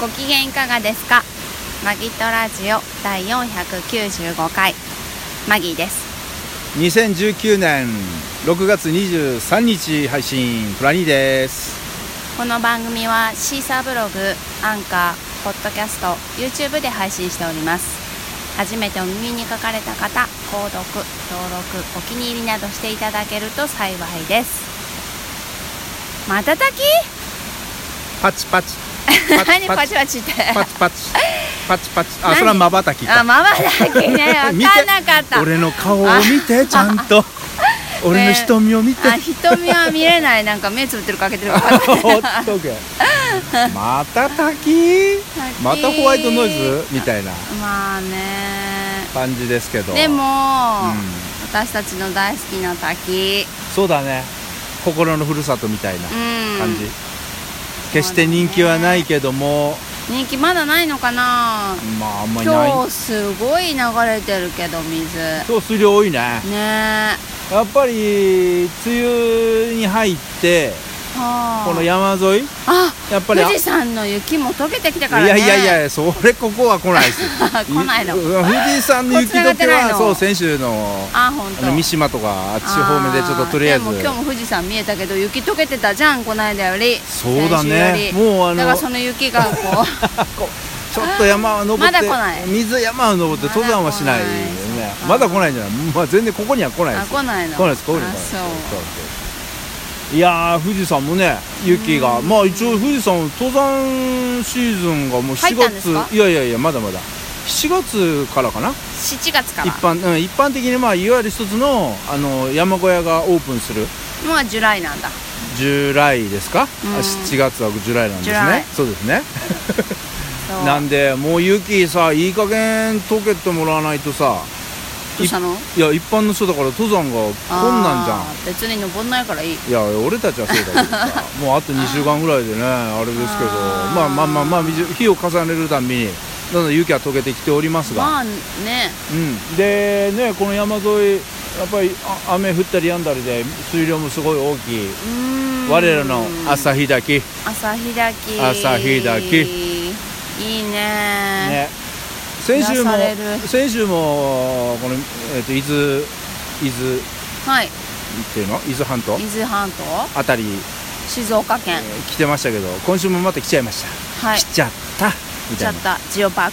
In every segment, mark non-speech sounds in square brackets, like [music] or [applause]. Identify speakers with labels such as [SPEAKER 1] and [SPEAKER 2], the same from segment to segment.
[SPEAKER 1] ご機嫌いかがですかマギトラジオ第495回マギーです
[SPEAKER 2] 2019年6月23日配信プラニーです
[SPEAKER 1] この番組はシーサーブログアンカーポッドキャスト YouTube で配信しております初めてお耳に書かかれた方購読登録お気に入りなどしていただけると幸いですまたたき
[SPEAKER 2] パチパチ
[SPEAKER 1] [laughs] 何パチパチって
[SPEAKER 2] パチパチパチパチあ
[SPEAKER 1] 何
[SPEAKER 2] それはまばたき
[SPEAKER 1] あ
[SPEAKER 2] か
[SPEAKER 1] まばたきね分
[SPEAKER 2] [laughs] 見て
[SPEAKER 1] かんなかった
[SPEAKER 2] 俺の顔を見てちゃん
[SPEAKER 1] [laughs]
[SPEAKER 2] と俺の瞳を見て
[SPEAKER 1] あ瞳は見れないなんか目つぶってるか開けてるか
[SPEAKER 2] ほっとけまたたき [laughs] またホワイトノイズみたいな
[SPEAKER 1] まあね
[SPEAKER 2] 感じですけど
[SPEAKER 1] でも、
[SPEAKER 2] うん、
[SPEAKER 1] 私たちの大好きな滝
[SPEAKER 2] そうだね心のふるさとみたいな
[SPEAKER 1] うん
[SPEAKER 2] 感じ、決して人気はないけども、
[SPEAKER 1] 人気まだないのかな
[SPEAKER 2] まああんまりない
[SPEAKER 1] 今日すごい流れてるけど水ね
[SPEAKER 2] 今日水量多いね
[SPEAKER 1] え
[SPEAKER 2] やっぱり梅雨に入って
[SPEAKER 1] はあ
[SPEAKER 2] この山沿い
[SPEAKER 1] あ
[SPEAKER 2] やっぱ
[SPEAKER 1] 富
[SPEAKER 2] りあ
[SPEAKER 1] 士山の雪も溶けてきたから
[SPEAKER 2] い
[SPEAKER 1] ね
[SPEAKER 2] やいやいやそれここは来ないです
[SPEAKER 1] [laughs] 来ないの
[SPEAKER 2] う富士山の雪
[SPEAKER 1] こっ
[SPEAKER 2] 解
[SPEAKER 1] ちが出
[SPEAKER 2] け
[SPEAKER 1] ないの
[SPEAKER 2] はそう先週の
[SPEAKER 1] あ本
[SPEAKER 2] あ
[SPEAKER 1] 当
[SPEAKER 2] の三島とかあっち方面でちょっととりあえず
[SPEAKER 1] でも今日も富士山見えたけど雪溶けてたじゃんこの間より
[SPEAKER 2] そうだ
[SPEAKER 1] 先
[SPEAKER 2] ね
[SPEAKER 1] 週より
[SPEAKER 2] もう
[SPEAKER 1] だ
[SPEAKER 2] あの
[SPEAKER 1] からその雪
[SPEAKER 2] [laughs]
[SPEAKER 1] がこう
[SPEAKER 2] ちょっと山を登って
[SPEAKER 1] まだ来ない
[SPEAKER 2] 水山を登って登山はしないよね
[SPEAKER 1] ま
[SPEAKER 2] ま
[SPEAKER 1] だ
[SPEAKER 2] だ
[SPEAKER 1] 来
[SPEAKER 2] 来ないんじゃないまあ全然ここには来ないで
[SPEAKER 1] あ
[SPEAKER 2] す
[SPEAKER 1] 来ないの
[SPEAKER 2] 来ないです来ない
[SPEAKER 1] あ
[SPEAKER 2] です
[SPEAKER 1] そう
[SPEAKER 2] そうそういやー富士山もね雪が、まあ一応富士山登山シーズンがもう
[SPEAKER 1] 入
[SPEAKER 2] 4
[SPEAKER 1] ったんですか
[SPEAKER 2] 月いやいやいやまだまだ7月からかな
[SPEAKER 1] 7月から
[SPEAKER 2] 一般、うん、一般的にまあいわゆる一つのあの山小屋がオープンする
[SPEAKER 1] もうジュライなんだ
[SPEAKER 2] ジュライですか、
[SPEAKER 1] うん
[SPEAKER 2] あ7月はジュライなんです
[SPEAKER 1] ジュライ
[SPEAKER 2] ねそうですね
[SPEAKER 1] そう
[SPEAKER 2] なんでもう雪さいい加減溶けてもらわないとさ
[SPEAKER 1] どうしたの
[SPEAKER 2] いや一般の人だから登山がこんなんじゃん
[SPEAKER 1] あー別に登んないからいい
[SPEAKER 2] いや俺たちはそうだけ
[SPEAKER 1] [laughs]
[SPEAKER 2] どさもうあと2週間ぐらいでねあれですけど
[SPEAKER 1] あー
[SPEAKER 2] まあまあまあまあみじ日を重ねるたんびにどんどん雪は溶けてきておりますが、
[SPEAKER 1] まあね
[SPEAKER 2] うん、でねこの山沿いやっぱりあ雨降ったり止んだりで水量もすごい大きいう
[SPEAKER 1] ーん
[SPEAKER 2] 我らの朝日滝、
[SPEAKER 1] 朝日滝
[SPEAKER 2] 朝日
[SPEAKER 1] い
[SPEAKER 2] 滝
[SPEAKER 1] いね
[SPEAKER 2] ね先週
[SPEAKER 1] 癒
[SPEAKER 2] も
[SPEAKER 1] される
[SPEAKER 2] 先週もこの、えっと伊豆伊豆
[SPEAKER 1] はい
[SPEAKER 2] っていうの伊豆半島
[SPEAKER 1] 伊豆半島
[SPEAKER 2] あたり、
[SPEAKER 1] 静岡
[SPEAKER 2] え
[SPEAKER 1] 県
[SPEAKER 2] ー来てましたけど今週もまた来ちゃいました、
[SPEAKER 1] はい
[SPEAKER 2] 来ちゃったみ
[SPEAKER 1] ちゃ
[SPEAKER 2] た
[SPEAKER 1] っ
[SPEAKER 2] いな
[SPEAKER 1] たジオパーク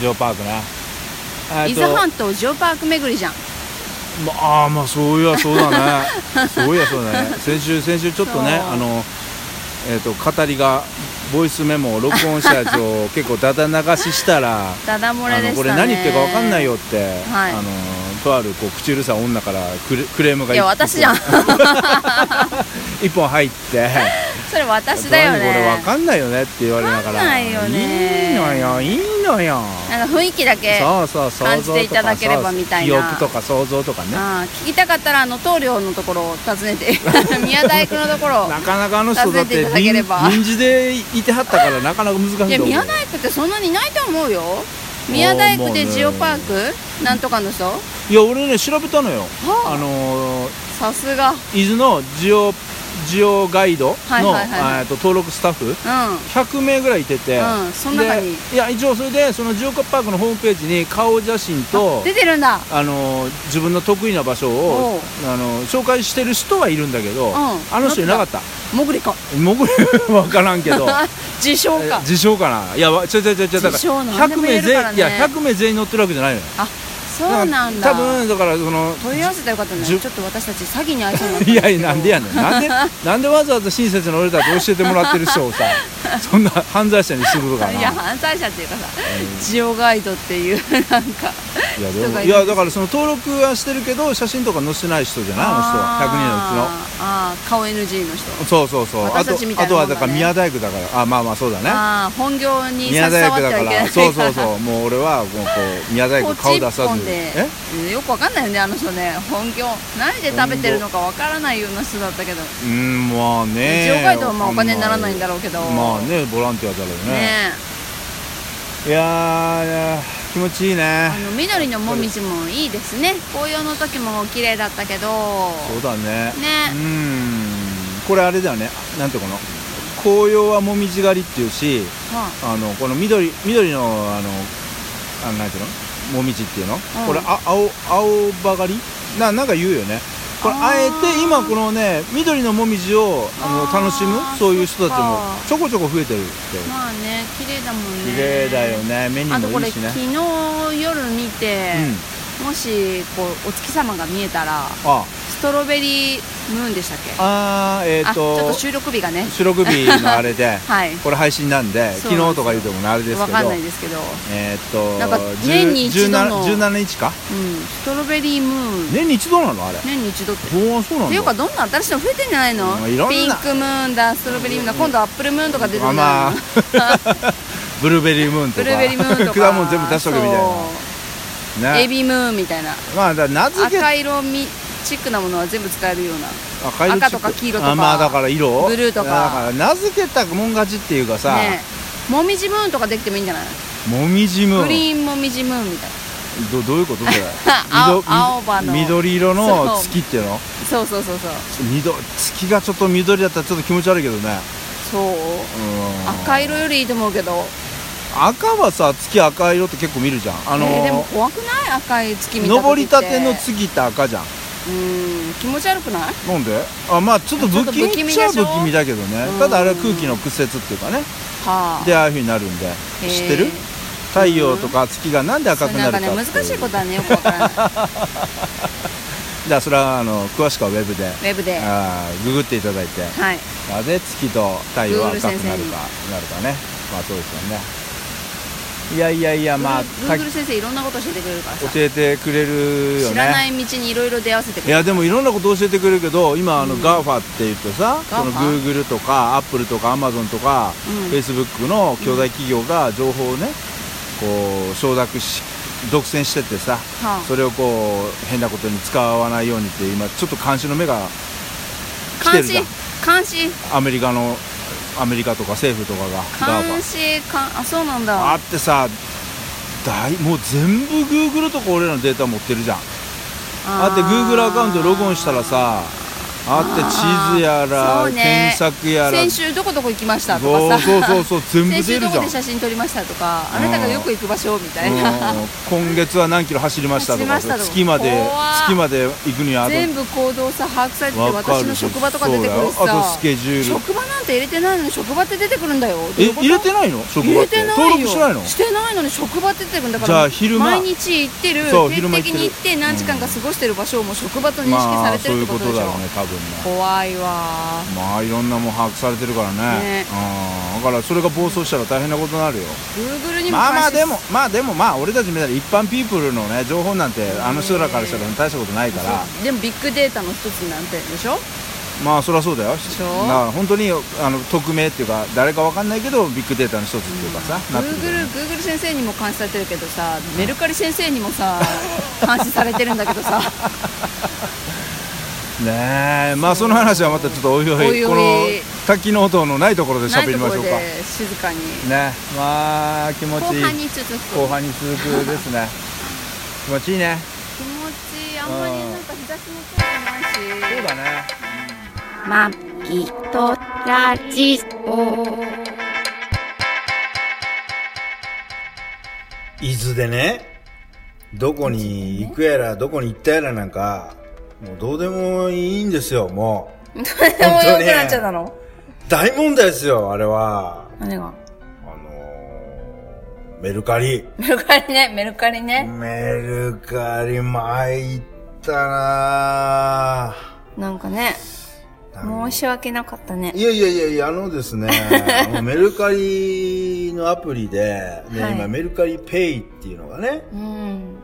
[SPEAKER 2] ジオパークなあ
[SPEAKER 1] 伊豆半島ジオパーク巡りじゃん
[SPEAKER 2] まああーまあそういやそうだね [laughs] そういやそうだね先週先週ちょっとね
[SPEAKER 1] そう
[SPEAKER 2] あのえっ、と語りがボイスメモを録音したやつを
[SPEAKER 1] [laughs]
[SPEAKER 2] 結構ダダ流ししたら
[SPEAKER 1] ダダ漏れ
[SPEAKER 2] あ
[SPEAKER 1] で
[SPEAKER 2] の
[SPEAKER 1] したね
[SPEAKER 2] これ何言ってるか分かんないよって、
[SPEAKER 1] はい
[SPEAKER 2] あのとあるこう口うるさい女からクレクレームが
[SPEAKER 1] い
[SPEAKER 2] 一
[SPEAKER 1] や私じ
[SPEAKER 2] [laughs]
[SPEAKER 1] ゃん
[SPEAKER 2] 一本入って
[SPEAKER 1] それ [laughs] 私だよ
[SPEAKER 2] 何これ分
[SPEAKER 1] ね
[SPEAKER 2] かんないよねって言われな
[SPEAKER 1] 分
[SPEAKER 2] がら
[SPEAKER 1] かんないよね
[SPEAKER 2] いいのよいいのよ
[SPEAKER 1] なんか雰囲気だけ
[SPEAKER 2] そうそう
[SPEAKER 1] 感
[SPEAKER 2] 想像とか
[SPEAKER 1] じていただければみたいな
[SPEAKER 2] そうそう記憶とか想像とかね
[SPEAKER 1] ああ聞きたかったらあの棟梁のところを訪ねて [laughs] 宮大工のところを
[SPEAKER 2] なかなかあの人だっ
[SPEAKER 1] 訪ねてい
[SPEAKER 2] て
[SPEAKER 1] ただけれ
[SPEAKER 2] 臨
[SPEAKER 1] ば
[SPEAKER 2] 臨時でいてはったからなかなか難しいと
[SPEAKER 1] い
[SPEAKER 2] 思
[SPEAKER 1] や
[SPEAKER 2] う
[SPEAKER 1] 宮大工ってそんなにいないと思うよ宮大工でジオパークなんとかの人
[SPEAKER 2] いや俺ね調べたのよ
[SPEAKER 1] はあ
[SPEAKER 2] あのー
[SPEAKER 1] さすがうん
[SPEAKER 2] 伊豆のジオジオガイドの、
[SPEAKER 1] はいはいはいはい
[SPEAKER 2] えーと登録スタッフ100名ぐらいいてて、
[SPEAKER 1] うんその中に
[SPEAKER 2] でいや一応それでそのジオカパークのホームページに顔写真と
[SPEAKER 1] 出てるんだ
[SPEAKER 2] あのー自分の得意な場所
[SPEAKER 1] お
[SPEAKER 2] を
[SPEAKER 1] う
[SPEAKER 2] あのー紹介してる人はいるんだけど、
[SPEAKER 1] ん
[SPEAKER 2] あの人いなかった
[SPEAKER 1] 潜りか
[SPEAKER 2] 僕わからん
[SPEAKER 1] [laughs]
[SPEAKER 2] けど
[SPEAKER 1] 自称か
[SPEAKER 2] 自称かないやわちょちょちょちょだか
[SPEAKER 1] 自称
[SPEAKER 2] ら
[SPEAKER 1] なんでも
[SPEAKER 2] 100
[SPEAKER 1] 言え
[SPEAKER 2] 名
[SPEAKER 1] るからね
[SPEAKER 2] 全員いや100名全員乗ってるわけじゃないのよ
[SPEAKER 1] そうなんだ
[SPEAKER 2] 多分だからその
[SPEAKER 1] 問い合わせたらよかったねち
[SPEAKER 2] じ
[SPEAKER 1] ょ
[SPEAKER 2] ゅ
[SPEAKER 1] っと私たち詐欺に遭いそうになった
[SPEAKER 2] いやいやなんでや
[SPEAKER 1] ね
[SPEAKER 2] ねんなん
[SPEAKER 1] [laughs]
[SPEAKER 2] でなんでわざわざ親切な俺たち教えてもらってる人をさそんな犯罪者にすることかない
[SPEAKER 1] いや犯罪者っていうかさジオガイドっていうなんか
[SPEAKER 2] いやで
[SPEAKER 1] 人
[SPEAKER 2] も
[SPEAKER 1] がいる
[SPEAKER 2] いやだからその登録はしてるけど写真とか載せてない人じゃないあの人は100人のう
[SPEAKER 1] あーあー顔 NG の人
[SPEAKER 2] ちのそうそうそうあ
[SPEAKER 1] 私
[SPEAKER 2] と
[SPEAKER 1] たちみたい
[SPEAKER 2] あ
[SPEAKER 1] な
[SPEAKER 2] と
[SPEAKER 1] も
[SPEAKER 2] は
[SPEAKER 1] んだね
[SPEAKER 2] だから宮大工だからあまあまあそうだね
[SPEAKER 1] ああ本業に
[SPEAKER 2] 宮
[SPEAKER 1] 携わ
[SPEAKER 2] 大
[SPEAKER 1] っ
[SPEAKER 2] 工
[SPEAKER 1] て
[SPEAKER 2] だ
[SPEAKER 1] はい
[SPEAKER 2] か
[SPEAKER 1] けない
[SPEAKER 2] らそうそうそうもう俺はもうこう宮大
[SPEAKER 1] こ
[SPEAKER 2] 工
[SPEAKER 1] っち
[SPEAKER 2] 顔
[SPEAKER 1] 一
[SPEAKER 2] 出さ
[SPEAKER 1] 本
[SPEAKER 2] ず
[SPEAKER 1] で
[SPEAKER 2] え
[SPEAKER 1] うんよくわかんないよねあの人ね本業何で食べてるのかわからないような人だったけど
[SPEAKER 2] うんまあね
[SPEAKER 1] 上海道はまあお金にならないんだろうけど
[SPEAKER 2] まあねボランティアだろう
[SPEAKER 1] ねえ
[SPEAKER 2] ねいやーいやー気持ちいいね
[SPEAKER 1] あの緑のもみじもいいですね紅葉の時も綺麗だったけど
[SPEAKER 2] そうだね
[SPEAKER 1] ね
[SPEAKER 2] うんこれあれだよねなんていうのこの紅葉はもみじ狩りっていうしあのこの緑緑のあのあのなんていうのもみじっていうの、これあ青青葉狩りななんか言うよねこれあえて今このね緑のもみじをあの楽しむそういう人たちもちょこちょこ増えてるって
[SPEAKER 1] まあね綺麗だもんね
[SPEAKER 2] 綺麗だよね目に
[SPEAKER 1] あとこ
[SPEAKER 2] もい
[SPEAKER 1] れ
[SPEAKER 2] いしね
[SPEAKER 1] 昨日夜見て、もしこうお月様が見えたら
[SPEAKER 2] うんあ
[SPEAKER 1] ストロベリームーンでしたっけ
[SPEAKER 2] あーえっ、
[SPEAKER 1] あちょっと
[SPEAKER 2] と
[SPEAKER 1] 収録日がね
[SPEAKER 2] 収録日のあれで
[SPEAKER 1] はい
[SPEAKER 2] これ配信なんで
[SPEAKER 1] そう
[SPEAKER 2] 昨日とか言うてもあれです
[SPEAKER 1] わ
[SPEAKER 2] け
[SPEAKER 1] かん
[SPEAKER 2] ど
[SPEAKER 1] ないですけど、うん、
[SPEAKER 2] えーっと
[SPEAKER 1] なんか
[SPEAKER 2] 10
[SPEAKER 1] 年に一度の
[SPEAKER 2] 17 17日か
[SPEAKER 1] ストロベリームーン
[SPEAKER 2] 年に一度なのあれ
[SPEAKER 1] 年に一度って
[SPEAKER 2] おおそうなん
[SPEAKER 1] っ
[SPEAKER 2] だ
[SPEAKER 1] ていうかどんどん新しいの増えてんじゃないの
[SPEAKER 2] うんいろんな
[SPEAKER 1] ピンクムーンだストロベリームーンだ今度アップルムーンとか出てく
[SPEAKER 2] あ
[SPEAKER 1] る
[SPEAKER 2] まあ
[SPEAKER 1] [laughs] な
[SPEAKER 2] ブルーベリームーンと
[SPEAKER 1] ブルーベリームーンと
[SPEAKER 2] か
[SPEAKER 1] か
[SPEAKER 2] 果物全部出しとけみたいな
[SPEAKER 1] そうエ
[SPEAKER 2] ね
[SPEAKER 1] ビムーンみたいな
[SPEAKER 2] まあだから名付け
[SPEAKER 1] 赤色みチックなものは全部使えるような
[SPEAKER 2] 赤色チック
[SPEAKER 1] 赤とか黄色とか
[SPEAKER 2] あまあだから色
[SPEAKER 1] ブルーとか
[SPEAKER 2] だから名付けたもん勝ちっていうかさ
[SPEAKER 1] ねえもみじムーンとかできてもいいんじゃない、
[SPEAKER 2] もみじム
[SPEAKER 1] グ
[SPEAKER 2] ーン
[SPEAKER 1] リーンもみじムーンみたいな
[SPEAKER 2] どどういうこ
[SPEAKER 1] [laughs]
[SPEAKER 2] とだよ
[SPEAKER 1] 青
[SPEAKER 2] 緑
[SPEAKER 1] 青葉の
[SPEAKER 2] 緑色の
[SPEAKER 1] そう
[SPEAKER 2] 月っていうの
[SPEAKER 1] そうそうそうそう
[SPEAKER 2] 緑月がちょっと緑だったらちょっと気持ち悪いけどね
[SPEAKER 1] そう
[SPEAKER 2] うん
[SPEAKER 1] 赤色よりいいと思うけど
[SPEAKER 2] 赤はさ月赤色って結構見るじゃんあの
[SPEAKER 1] えーでも怖くない赤い月見た時って
[SPEAKER 2] 登りたての月って赤じゃん
[SPEAKER 1] うん気持ち悪くない
[SPEAKER 2] なんであまあちょっと不気味っちゃ
[SPEAKER 1] ちょっと不気味でしょ
[SPEAKER 2] 不気味だけどね
[SPEAKER 1] うん
[SPEAKER 2] ただあれは空気の屈折っていうかね
[SPEAKER 1] はあ
[SPEAKER 2] でああいうふうになるんで
[SPEAKER 1] へえ
[SPEAKER 2] 知ってる太陽とか月がなんで赤くなるかって
[SPEAKER 1] そう
[SPEAKER 2] いうん
[SPEAKER 1] かね難しいことはねよくわ
[SPEAKER 2] [laughs]
[SPEAKER 1] からない
[SPEAKER 2] じゃあそれはあの詳しくはウェブで
[SPEAKER 1] ウェブでは
[SPEAKER 2] あーググっていただいて
[SPEAKER 1] い
[SPEAKER 2] なぜ月と太陽は赤くな
[SPEAKER 1] グーグル先
[SPEAKER 2] る
[SPEAKER 1] 生に
[SPEAKER 2] かなるかねまあそうですよねいやいやいやまあた
[SPEAKER 1] Google 先生いろんなこと教えてくれるからさ
[SPEAKER 2] 教えてくれるよね
[SPEAKER 1] 知らない道にいろいろ出会わせてく
[SPEAKER 2] い
[SPEAKER 1] れる
[SPEAKER 2] やでもいろんなこと教えてくれるけど今あの GAFA って言ってさ、その
[SPEAKER 1] GAFA
[SPEAKER 2] Google とか Apple とか Amazon とか、
[SPEAKER 1] うん
[SPEAKER 2] Facebook の兄弟企業が情報をねこう承諾し独占してってさ
[SPEAKER 1] はあ
[SPEAKER 2] それをこう変なことに使わないようにって今ちょっと監視の目が来て
[SPEAKER 1] 監
[SPEAKER 2] るじ
[SPEAKER 1] 視
[SPEAKER 2] ゃん
[SPEAKER 1] 監視
[SPEAKER 2] アメリカのアメリカとか政府とかが GAFA
[SPEAKER 1] 監視かあそうなん
[SPEAKER 2] あ
[SPEAKER 1] だ
[SPEAKER 2] ってさ大もう全部 Google とか俺らのデータ持ってるじゃんあって Google アカウントログオンしたらさあって地図や
[SPEAKER 1] あーそ
[SPEAKER 2] ら、
[SPEAKER 1] うね
[SPEAKER 2] 検索やら
[SPEAKER 1] 先週どこどこ行きましたと
[SPEAKER 2] そ
[SPEAKER 1] か
[SPEAKER 2] うそう
[SPEAKER 1] [laughs] さ
[SPEAKER 2] そうそう全部
[SPEAKER 1] 先
[SPEAKER 2] 出
[SPEAKER 1] 週
[SPEAKER 2] る
[SPEAKER 1] ど
[SPEAKER 2] じゃ
[SPEAKER 1] こ
[SPEAKER 2] ん
[SPEAKER 1] で写真撮りましたとかあなたがよく行く場所みたいな
[SPEAKER 2] うん今月は何キロ走りましたとか
[SPEAKER 1] 走りましたとか
[SPEAKER 2] 月まで
[SPEAKER 1] 怖っ
[SPEAKER 2] 月まで行くにはあと
[SPEAKER 1] 全部行動さ把握されてて
[SPEAKER 2] わか
[SPEAKER 1] 私
[SPEAKER 2] る
[SPEAKER 1] の
[SPEAKER 2] し
[SPEAKER 1] 職場とか出てくるし
[SPEAKER 2] そうだよあと
[SPEAKER 1] さ
[SPEAKER 2] スケジュール
[SPEAKER 1] 職場なんて入れてないのに職場って出てくるんだよどういう
[SPEAKER 2] え
[SPEAKER 1] こと
[SPEAKER 2] 入れてないの職
[SPEAKER 1] 入
[SPEAKER 2] 場っ
[SPEAKER 1] れ
[SPEAKER 2] て
[SPEAKER 1] てないよ
[SPEAKER 2] 登録してないの
[SPEAKER 1] してないのに職場って出てくるんだから
[SPEAKER 2] じゃあ昼間
[SPEAKER 1] 毎日行ってる
[SPEAKER 2] そう
[SPEAKER 1] 定
[SPEAKER 2] 昼
[SPEAKER 1] 期
[SPEAKER 2] 間行っ
[SPEAKER 1] 的
[SPEAKER 2] てる
[SPEAKER 1] に行って何時間か過ごしてる場所をもう職場と認識
[SPEAKER 2] ま
[SPEAKER 1] さ
[SPEAKER 2] あ
[SPEAKER 1] れて
[SPEAKER 2] そう
[SPEAKER 1] るっ
[SPEAKER 2] いう
[SPEAKER 1] てこ
[SPEAKER 2] こ
[SPEAKER 1] と
[SPEAKER 2] と
[SPEAKER 1] でし
[SPEAKER 2] だ
[SPEAKER 1] ょ
[SPEAKER 2] ろうね多分ね
[SPEAKER 1] 怖いわ
[SPEAKER 2] まあいろんなもん把握されてるからね
[SPEAKER 1] ね
[SPEAKER 2] うんだからそれが暴走したら大変なことになるよ
[SPEAKER 1] Google にも
[SPEAKER 2] まあまあ
[SPEAKER 1] 監視
[SPEAKER 2] でもまあでもまあ俺たちみたいな一般ピープルのね情報なんてあの人らからしたら大したことないから
[SPEAKER 1] そうでもビッグデータの一つになんてでしょ
[SPEAKER 2] まあそりゃそうだよ
[SPEAKER 1] しょ
[SPEAKER 2] だから本当にあの匿名っていうか誰かわかんないけどビッグデータの一つっていうかさ、なってくるよ
[SPEAKER 1] Google,
[SPEAKER 2] ね
[SPEAKER 1] Google 先生にも監視されてるけどさメルカリ先生にもさ監視されてるんだけど
[SPEAKER 2] [laughs]
[SPEAKER 1] さ
[SPEAKER 2] ねえまあその話はまたちょっとおいおい
[SPEAKER 1] おいおい
[SPEAKER 2] この多機能等のないところで
[SPEAKER 1] ない
[SPEAKER 2] 喋り
[SPEAKER 1] とこ
[SPEAKER 2] まし
[SPEAKER 1] ろ
[SPEAKER 2] ょうか
[SPEAKER 1] で静かに
[SPEAKER 2] ねまあ気持
[SPEAKER 1] 後
[SPEAKER 2] ちいい
[SPEAKER 1] 半に続く
[SPEAKER 2] 後半に続くですね気持ちいいね
[SPEAKER 1] 気持ちいいあんまりなんか日差しも強くないし
[SPEAKER 2] そうだね
[SPEAKER 3] マギトラジ
[SPEAKER 1] [laughs]
[SPEAKER 3] オ。
[SPEAKER 2] 伊豆でねどこに行くやらどこに行ったやらなんかもうどうでもいいんですよも
[SPEAKER 1] どれでもよくなっちゃったの
[SPEAKER 2] う大問題ですよあれは
[SPEAKER 1] 何が
[SPEAKER 2] あのーメルカリ
[SPEAKER 1] メルカリねメルカリね、
[SPEAKER 2] メルカリ参ったな
[SPEAKER 1] なんかね
[SPEAKER 2] ぁ
[SPEAKER 1] 申し訳なかったね
[SPEAKER 2] いやいやいやいや、あので
[SPEAKER 1] [laughs]
[SPEAKER 2] すね、あのメルカリのアプリで、で
[SPEAKER 1] はい
[SPEAKER 2] 今メルカリペイっていうのがね、
[SPEAKER 1] うん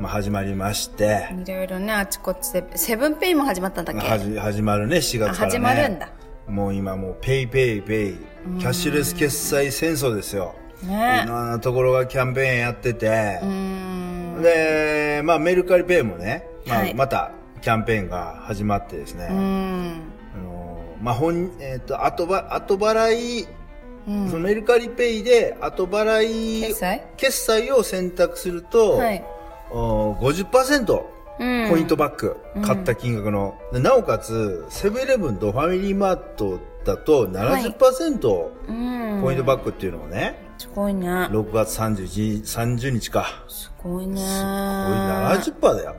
[SPEAKER 2] まあ、始まりまして、
[SPEAKER 1] いろいろねあちこちでセブンペイも始まったんだっけ
[SPEAKER 2] はじ始まるね、4月から、
[SPEAKER 1] あ
[SPEAKER 2] ね。
[SPEAKER 1] 始まるんだ。
[SPEAKER 2] もう今もうペイペイペイ、キャッシュレス決済戦争ですよ。い
[SPEAKER 1] ね
[SPEAKER 2] ろんなところがキャンペーンやってて、
[SPEAKER 1] うーんう
[SPEAKER 2] で、まあメルカリペイもね、まあ
[SPEAKER 1] はい
[SPEAKER 2] またキャンペーンが始まってですね、
[SPEAKER 1] ーん
[SPEAKER 2] あのーまあ、本、えっ、と、後ば、後払い、
[SPEAKER 1] うん
[SPEAKER 2] そのメルカリペイで後払い、
[SPEAKER 1] 決済
[SPEAKER 2] 決済を選択すると、
[SPEAKER 1] はい
[SPEAKER 2] おー50%
[SPEAKER 1] うん
[SPEAKER 2] ポイントバッグ
[SPEAKER 1] うん
[SPEAKER 2] 買った金額の、でなおかつセブンイレブンとファミリーマートだと70%ポ
[SPEAKER 1] うん
[SPEAKER 2] イントバッグっていうのをね、
[SPEAKER 1] すごいね
[SPEAKER 2] 6月31日30日か
[SPEAKER 1] すごいね
[SPEAKER 2] すごい70%だよ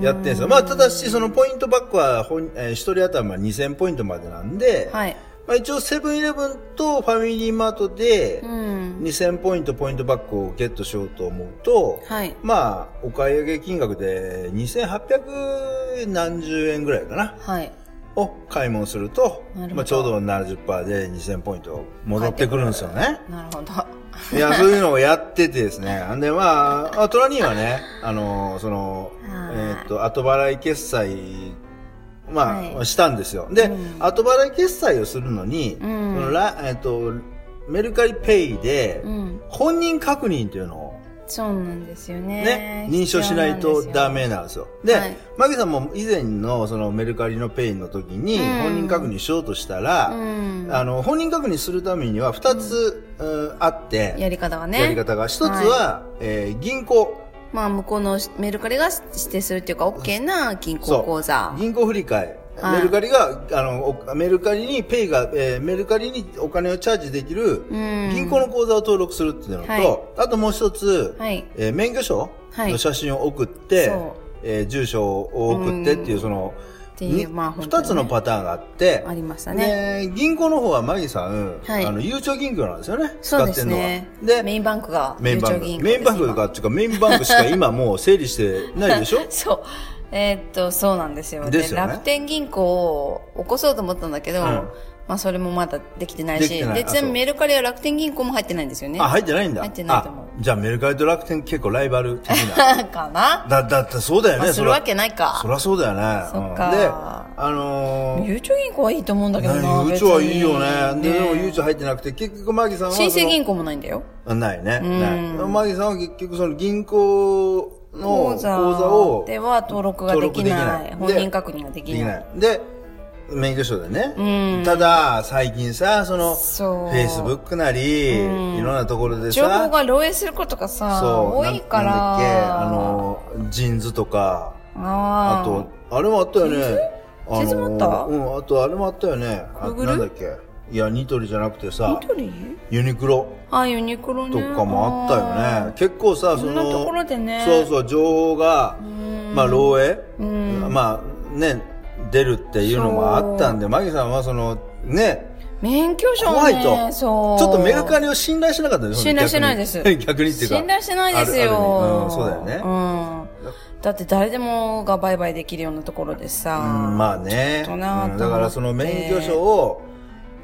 [SPEAKER 2] やってんすよまあただしそのポイントバッグはほん、えー、1人当たりまあ2000ポイントまでなんで、
[SPEAKER 1] はい
[SPEAKER 2] まあ、一応セブンイレブンとファミリーマートで
[SPEAKER 1] うん
[SPEAKER 2] 2000ポイントポイントバッグをゲットしようと思うと、
[SPEAKER 1] はい
[SPEAKER 2] まあ、お買い上げ金額で2800何十円ぐらいかな、
[SPEAKER 1] はい
[SPEAKER 2] を買い物すると
[SPEAKER 1] なるほ、ど
[SPEAKER 2] まあ、ちょうど70%で2000ポイント戻ってくるんですよね。
[SPEAKER 1] なるほど
[SPEAKER 2] いや、そういうのをやっててですね。んで、まあ、あトラニーはね、あの、その、え
[SPEAKER 1] はい
[SPEAKER 2] ーっと、後払い決済、まあ、
[SPEAKER 1] はい
[SPEAKER 2] したんですよ。で、
[SPEAKER 1] うん
[SPEAKER 2] 後払い決済をするのに、
[SPEAKER 1] うん
[SPEAKER 2] そのラえーっと、メルカリペイで、
[SPEAKER 1] うん
[SPEAKER 2] 本人確認というのを、
[SPEAKER 1] そうなんですよね
[SPEAKER 2] ね、認証しないとダメなんですよ。で、
[SPEAKER 1] はい
[SPEAKER 2] マギさんも以前のそのメルカリのペイの時に
[SPEAKER 1] うん
[SPEAKER 2] 本人確認しようとした
[SPEAKER 1] う
[SPEAKER 2] ら、
[SPEAKER 1] ん
[SPEAKER 2] あの、本人確認するためには2つ、うんあって、
[SPEAKER 1] やり方はね
[SPEAKER 2] やり方が。一つは、えー銀行。
[SPEAKER 1] まあ向こうのメルカリが指定するっていうか OK な銀行口座
[SPEAKER 2] 銀行振り替
[SPEAKER 1] は
[SPEAKER 2] え。
[SPEAKER 1] い
[SPEAKER 2] メルカリが、あの、おメルカリにペイが、えーメルカリにお金をチャージできる、
[SPEAKER 1] うん
[SPEAKER 2] 銀行の口座を登録するっていうのと、
[SPEAKER 1] はい
[SPEAKER 2] あともう一つ、
[SPEAKER 1] はい
[SPEAKER 2] えー免許証
[SPEAKER 1] はい
[SPEAKER 2] の写真を送って、
[SPEAKER 1] そう
[SPEAKER 2] えー住所を送ってっていう、その、
[SPEAKER 1] ていう
[SPEAKER 2] に
[SPEAKER 1] まあ本当に
[SPEAKER 2] 二
[SPEAKER 1] ね
[SPEAKER 2] つのパターンがあって、
[SPEAKER 1] ありましたね
[SPEAKER 2] で銀行の方はマギさん、
[SPEAKER 1] はい
[SPEAKER 2] あの、ゆうちょ銀行なんですよね。
[SPEAKER 1] そうで
[SPEAKER 2] 使
[SPEAKER 1] す
[SPEAKER 2] ってんのは
[SPEAKER 1] ね
[SPEAKER 2] で
[SPEAKER 1] メインバンクが
[SPEAKER 2] メインバン
[SPEAKER 1] ゆうちょ銀
[SPEAKER 2] ク。
[SPEAKER 1] 行
[SPEAKER 2] メインバンク
[SPEAKER 1] です
[SPEAKER 2] が、っていうかメインバンクしか今もう整理してない
[SPEAKER 1] [laughs]
[SPEAKER 2] でしょ
[SPEAKER 1] そう。えーっと、そうなんですよ。
[SPEAKER 2] ですよね
[SPEAKER 1] 楽天銀行を起こそうと思ったんだけど、
[SPEAKER 2] うん
[SPEAKER 1] まあそれもまだできてない
[SPEAKER 2] でき
[SPEAKER 1] し、
[SPEAKER 2] てない
[SPEAKER 1] で、
[SPEAKER 2] あ
[SPEAKER 1] ちなみ
[SPEAKER 2] そう
[SPEAKER 1] にメルカリは楽天銀行も入ってないんですよね。
[SPEAKER 2] あ、入ってないんだ。
[SPEAKER 1] 入ってないと思う
[SPEAKER 2] あじゃあメルカリと楽天結構ライバル的
[SPEAKER 1] [laughs]
[SPEAKER 2] な。
[SPEAKER 1] かな、
[SPEAKER 2] だ、だってそうだよ
[SPEAKER 1] ま
[SPEAKER 2] ね。
[SPEAKER 1] あ、するわ
[SPEAKER 2] そ
[SPEAKER 1] けない
[SPEAKER 2] ら
[SPEAKER 1] か。
[SPEAKER 2] そりゃそうだよね。
[SPEAKER 1] そっ
[SPEAKER 2] うん
[SPEAKER 1] か
[SPEAKER 2] で、あのー、
[SPEAKER 1] ゆうちょ銀行はいいと思うんだけどな。
[SPEAKER 2] ゆうちょはいいよね。
[SPEAKER 1] 別に
[SPEAKER 2] で、でもゆうちょ入ってなくて、結局マギさんはその。
[SPEAKER 1] 新生銀行もないんだよ。
[SPEAKER 2] あないね。
[SPEAKER 1] ん
[SPEAKER 2] ない。マギさんは結局その銀行の
[SPEAKER 1] 口
[SPEAKER 2] 口
[SPEAKER 1] 座
[SPEAKER 2] 座を
[SPEAKER 1] では登録ができない。
[SPEAKER 2] 登録できない
[SPEAKER 1] 本
[SPEAKER 2] で
[SPEAKER 1] 人確認ができ
[SPEAKER 2] でき
[SPEAKER 1] な。
[SPEAKER 2] ないい。で、免許証でね。
[SPEAKER 1] うん
[SPEAKER 2] ただ、最近さ、その、
[SPEAKER 1] そう
[SPEAKER 2] Facebook なり、
[SPEAKER 1] うん
[SPEAKER 2] いろんなところでさ、
[SPEAKER 1] 情報が漏洩することがさ、
[SPEAKER 2] そう
[SPEAKER 1] 多いから。
[SPEAKER 2] ななんだっけあのジーンズとか
[SPEAKER 1] あ
[SPEAKER 2] あ
[SPEAKER 1] ー
[SPEAKER 2] とあれもあったよ
[SPEAKER 1] ジ
[SPEAKER 2] ね
[SPEAKER 1] ーンズ
[SPEAKER 2] あの
[SPEAKER 1] ジーンズもあった
[SPEAKER 2] うんあとあれもあったよねあ
[SPEAKER 1] Google？
[SPEAKER 2] なんだっけいやニトリじゃなくてさ
[SPEAKER 1] ニトリ
[SPEAKER 2] ユニクロ
[SPEAKER 1] あ、ユニクロね。
[SPEAKER 2] とかもあったよね結構さ
[SPEAKER 1] い
[SPEAKER 2] そ
[SPEAKER 1] ろん
[SPEAKER 2] の
[SPEAKER 1] なところでね
[SPEAKER 2] そうそう情報が
[SPEAKER 1] ん
[SPEAKER 2] まあ漏洩
[SPEAKER 1] あー。うん。
[SPEAKER 2] まあね出るっていうのもあったんでマギさんはそのね
[SPEAKER 1] 免許証ね。
[SPEAKER 2] 怖いと
[SPEAKER 1] そう。
[SPEAKER 2] ちょっとメルカリを信頼してなかったでしょ
[SPEAKER 1] 信頼してないです
[SPEAKER 2] 逆にっていう [laughs] か
[SPEAKER 1] 信頼してないですよ
[SPEAKER 2] あるある意味うんそうだよね、
[SPEAKER 1] うん。だって誰でもが売買できるようなところでさ。
[SPEAKER 2] うんまあね
[SPEAKER 1] ちょっとなあと思って
[SPEAKER 2] だからその免許証を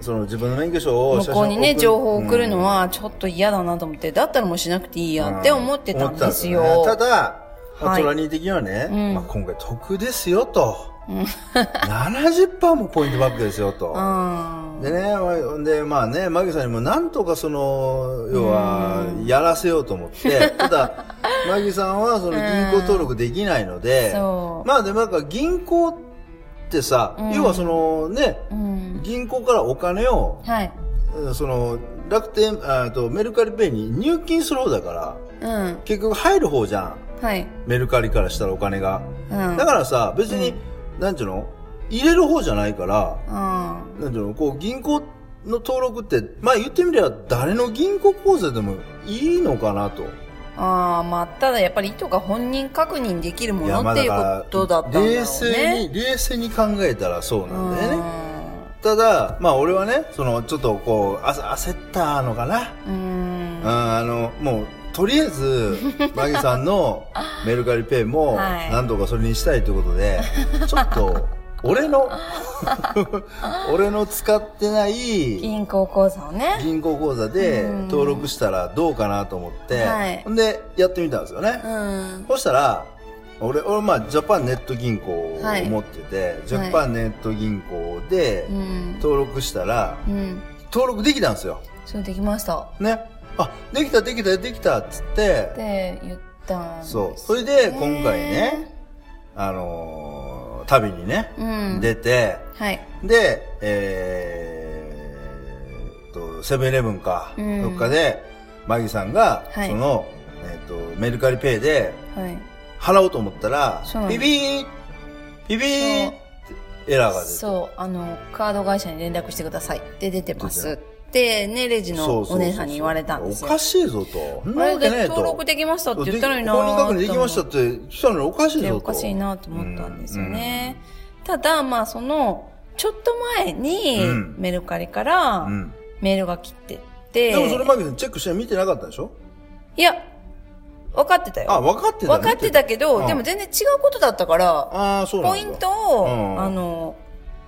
[SPEAKER 2] その自分の免許証を
[SPEAKER 1] 向こうにね、
[SPEAKER 2] 写真
[SPEAKER 1] 情
[SPEAKER 2] 送る
[SPEAKER 1] 報を送るのはちょっと嫌だなと思って、だったらもうしなくていい
[SPEAKER 2] うん
[SPEAKER 1] やって思ってたんですよ。
[SPEAKER 2] 思ってたんですよねただまあ
[SPEAKER 1] はい
[SPEAKER 2] トラニー的にはね、
[SPEAKER 1] うん
[SPEAKER 2] まあ、今回得ですよと。70%もポイントバックですよと。
[SPEAKER 1] うん。
[SPEAKER 2] でね、まあで、まあね、マギさんにもなんとかその、要は、やらせようと思って、
[SPEAKER 1] [laughs]
[SPEAKER 2] ただ、マギさんはその銀行登録できないので、
[SPEAKER 1] そう。
[SPEAKER 2] まあでもなんか銀行ってさ、
[SPEAKER 1] うん
[SPEAKER 2] 要はそのね、
[SPEAKER 1] うん。
[SPEAKER 2] 銀行からお金を、
[SPEAKER 1] はい。
[SPEAKER 2] うんその、楽天、あとメルカリペイに入金する方だから、
[SPEAKER 1] うん。
[SPEAKER 2] 結局入る方じゃん。
[SPEAKER 1] はい。
[SPEAKER 2] メルカリからしたらお金が。
[SPEAKER 1] うん。
[SPEAKER 2] だからさ、別に、なんていうの入れる方じゃないから、
[SPEAKER 1] うん。
[SPEAKER 2] なんていうのこう、銀行の登録って、まあ言ってみれば誰の銀行口座でもいいのかなと。
[SPEAKER 1] ああ、まあ、ただやっぱり意図が本人確認できるも
[SPEAKER 2] いやま
[SPEAKER 1] の
[SPEAKER 2] あ
[SPEAKER 1] っていう
[SPEAKER 2] から
[SPEAKER 1] ことだったんだろうね。
[SPEAKER 2] 冷静に、冷静に考えたらそうなんだよね。
[SPEAKER 1] ね。
[SPEAKER 2] ただ、まあ俺はね、その、ちょっとこう、あ焦ったのかな。
[SPEAKER 1] う。
[SPEAKER 2] うんん、あの、もう、とりあえ
[SPEAKER 1] [laughs]
[SPEAKER 2] ず、マギさんのメルカリペイも、
[SPEAKER 1] はい
[SPEAKER 2] なんとかそれにしたいということで、ちょっと、
[SPEAKER 1] [laughs]
[SPEAKER 2] 俺の、俺の使ってない
[SPEAKER 1] 銀行口座をね。
[SPEAKER 2] 銀行口座で
[SPEAKER 1] うん
[SPEAKER 2] 登録したらどうかなと思って、
[SPEAKER 1] はい
[SPEAKER 2] ほんで、やってみたんですよね
[SPEAKER 1] う。ん。
[SPEAKER 2] そしたら、俺、俺、まあ、ジャパンネット銀行を
[SPEAKER 1] はい
[SPEAKER 2] 持ってて、ジャパンネット銀行で
[SPEAKER 1] うん。
[SPEAKER 2] 登録したら、
[SPEAKER 1] うん。
[SPEAKER 2] 登録できたんですよ。
[SPEAKER 1] そうできました。
[SPEAKER 2] ね。あ、できたできたできたっつって、
[SPEAKER 1] って言ったんです、
[SPEAKER 2] そう。それで、今回ね、。あのー旅にね、
[SPEAKER 1] うん。
[SPEAKER 2] 出て、
[SPEAKER 1] はい。
[SPEAKER 2] で、えーっと、セブンイレブンか、
[SPEAKER 1] うん
[SPEAKER 2] どっかで、マギさんが、
[SPEAKER 1] はい
[SPEAKER 2] その、えーっと、メルカリペイで、
[SPEAKER 1] はい。
[SPEAKER 2] 払おうと思ったら
[SPEAKER 1] そうな、の
[SPEAKER 2] ビビーンビビーンってエラーが出て。
[SPEAKER 1] そう、あの、カード会社に連絡してくださいって出てます
[SPEAKER 2] 出
[SPEAKER 1] って、ね、レジの
[SPEAKER 2] そうそうそうそう
[SPEAKER 1] お姉さんに言われたんです
[SPEAKER 2] お
[SPEAKER 1] よ。
[SPEAKER 2] かしいぞと。そん
[SPEAKER 1] あ
[SPEAKER 2] な
[SPEAKER 1] れ
[SPEAKER 2] わけね
[SPEAKER 1] で
[SPEAKER 2] えと。
[SPEAKER 1] 登録できましたって言ったのにな
[SPEAKER 2] でここに確認できましたって言ったのにおかしいぞ
[SPEAKER 1] で
[SPEAKER 2] と。
[SPEAKER 1] おかしいなと思ったんですよね。ただ、まあその、ちょっと前に
[SPEAKER 2] うん
[SPEAKER 1] メルカリから
[SPEAKER 2] うん。
[SPEAKER 1] メールが来てて、
[SPEAKER 2] でもそれまでにチェックして見てなかったでしょ
[SPEAKER 1] いや、分かってたよ。
[SPEAKER 2] あ、分かってた
[SPEAKER 1] 分かってたけど、
[SPEAKER 2] うん
[SPEAKER 1] でも全然違うことだったから、
[SPEAKER 2] ああ、そうなん
[SPEAKER 1] ポ
[SPEAKER 2] だ
[SPEAKER 1] イントを、
[SPEAKER 2] うん
[SPEAKER 1] あの、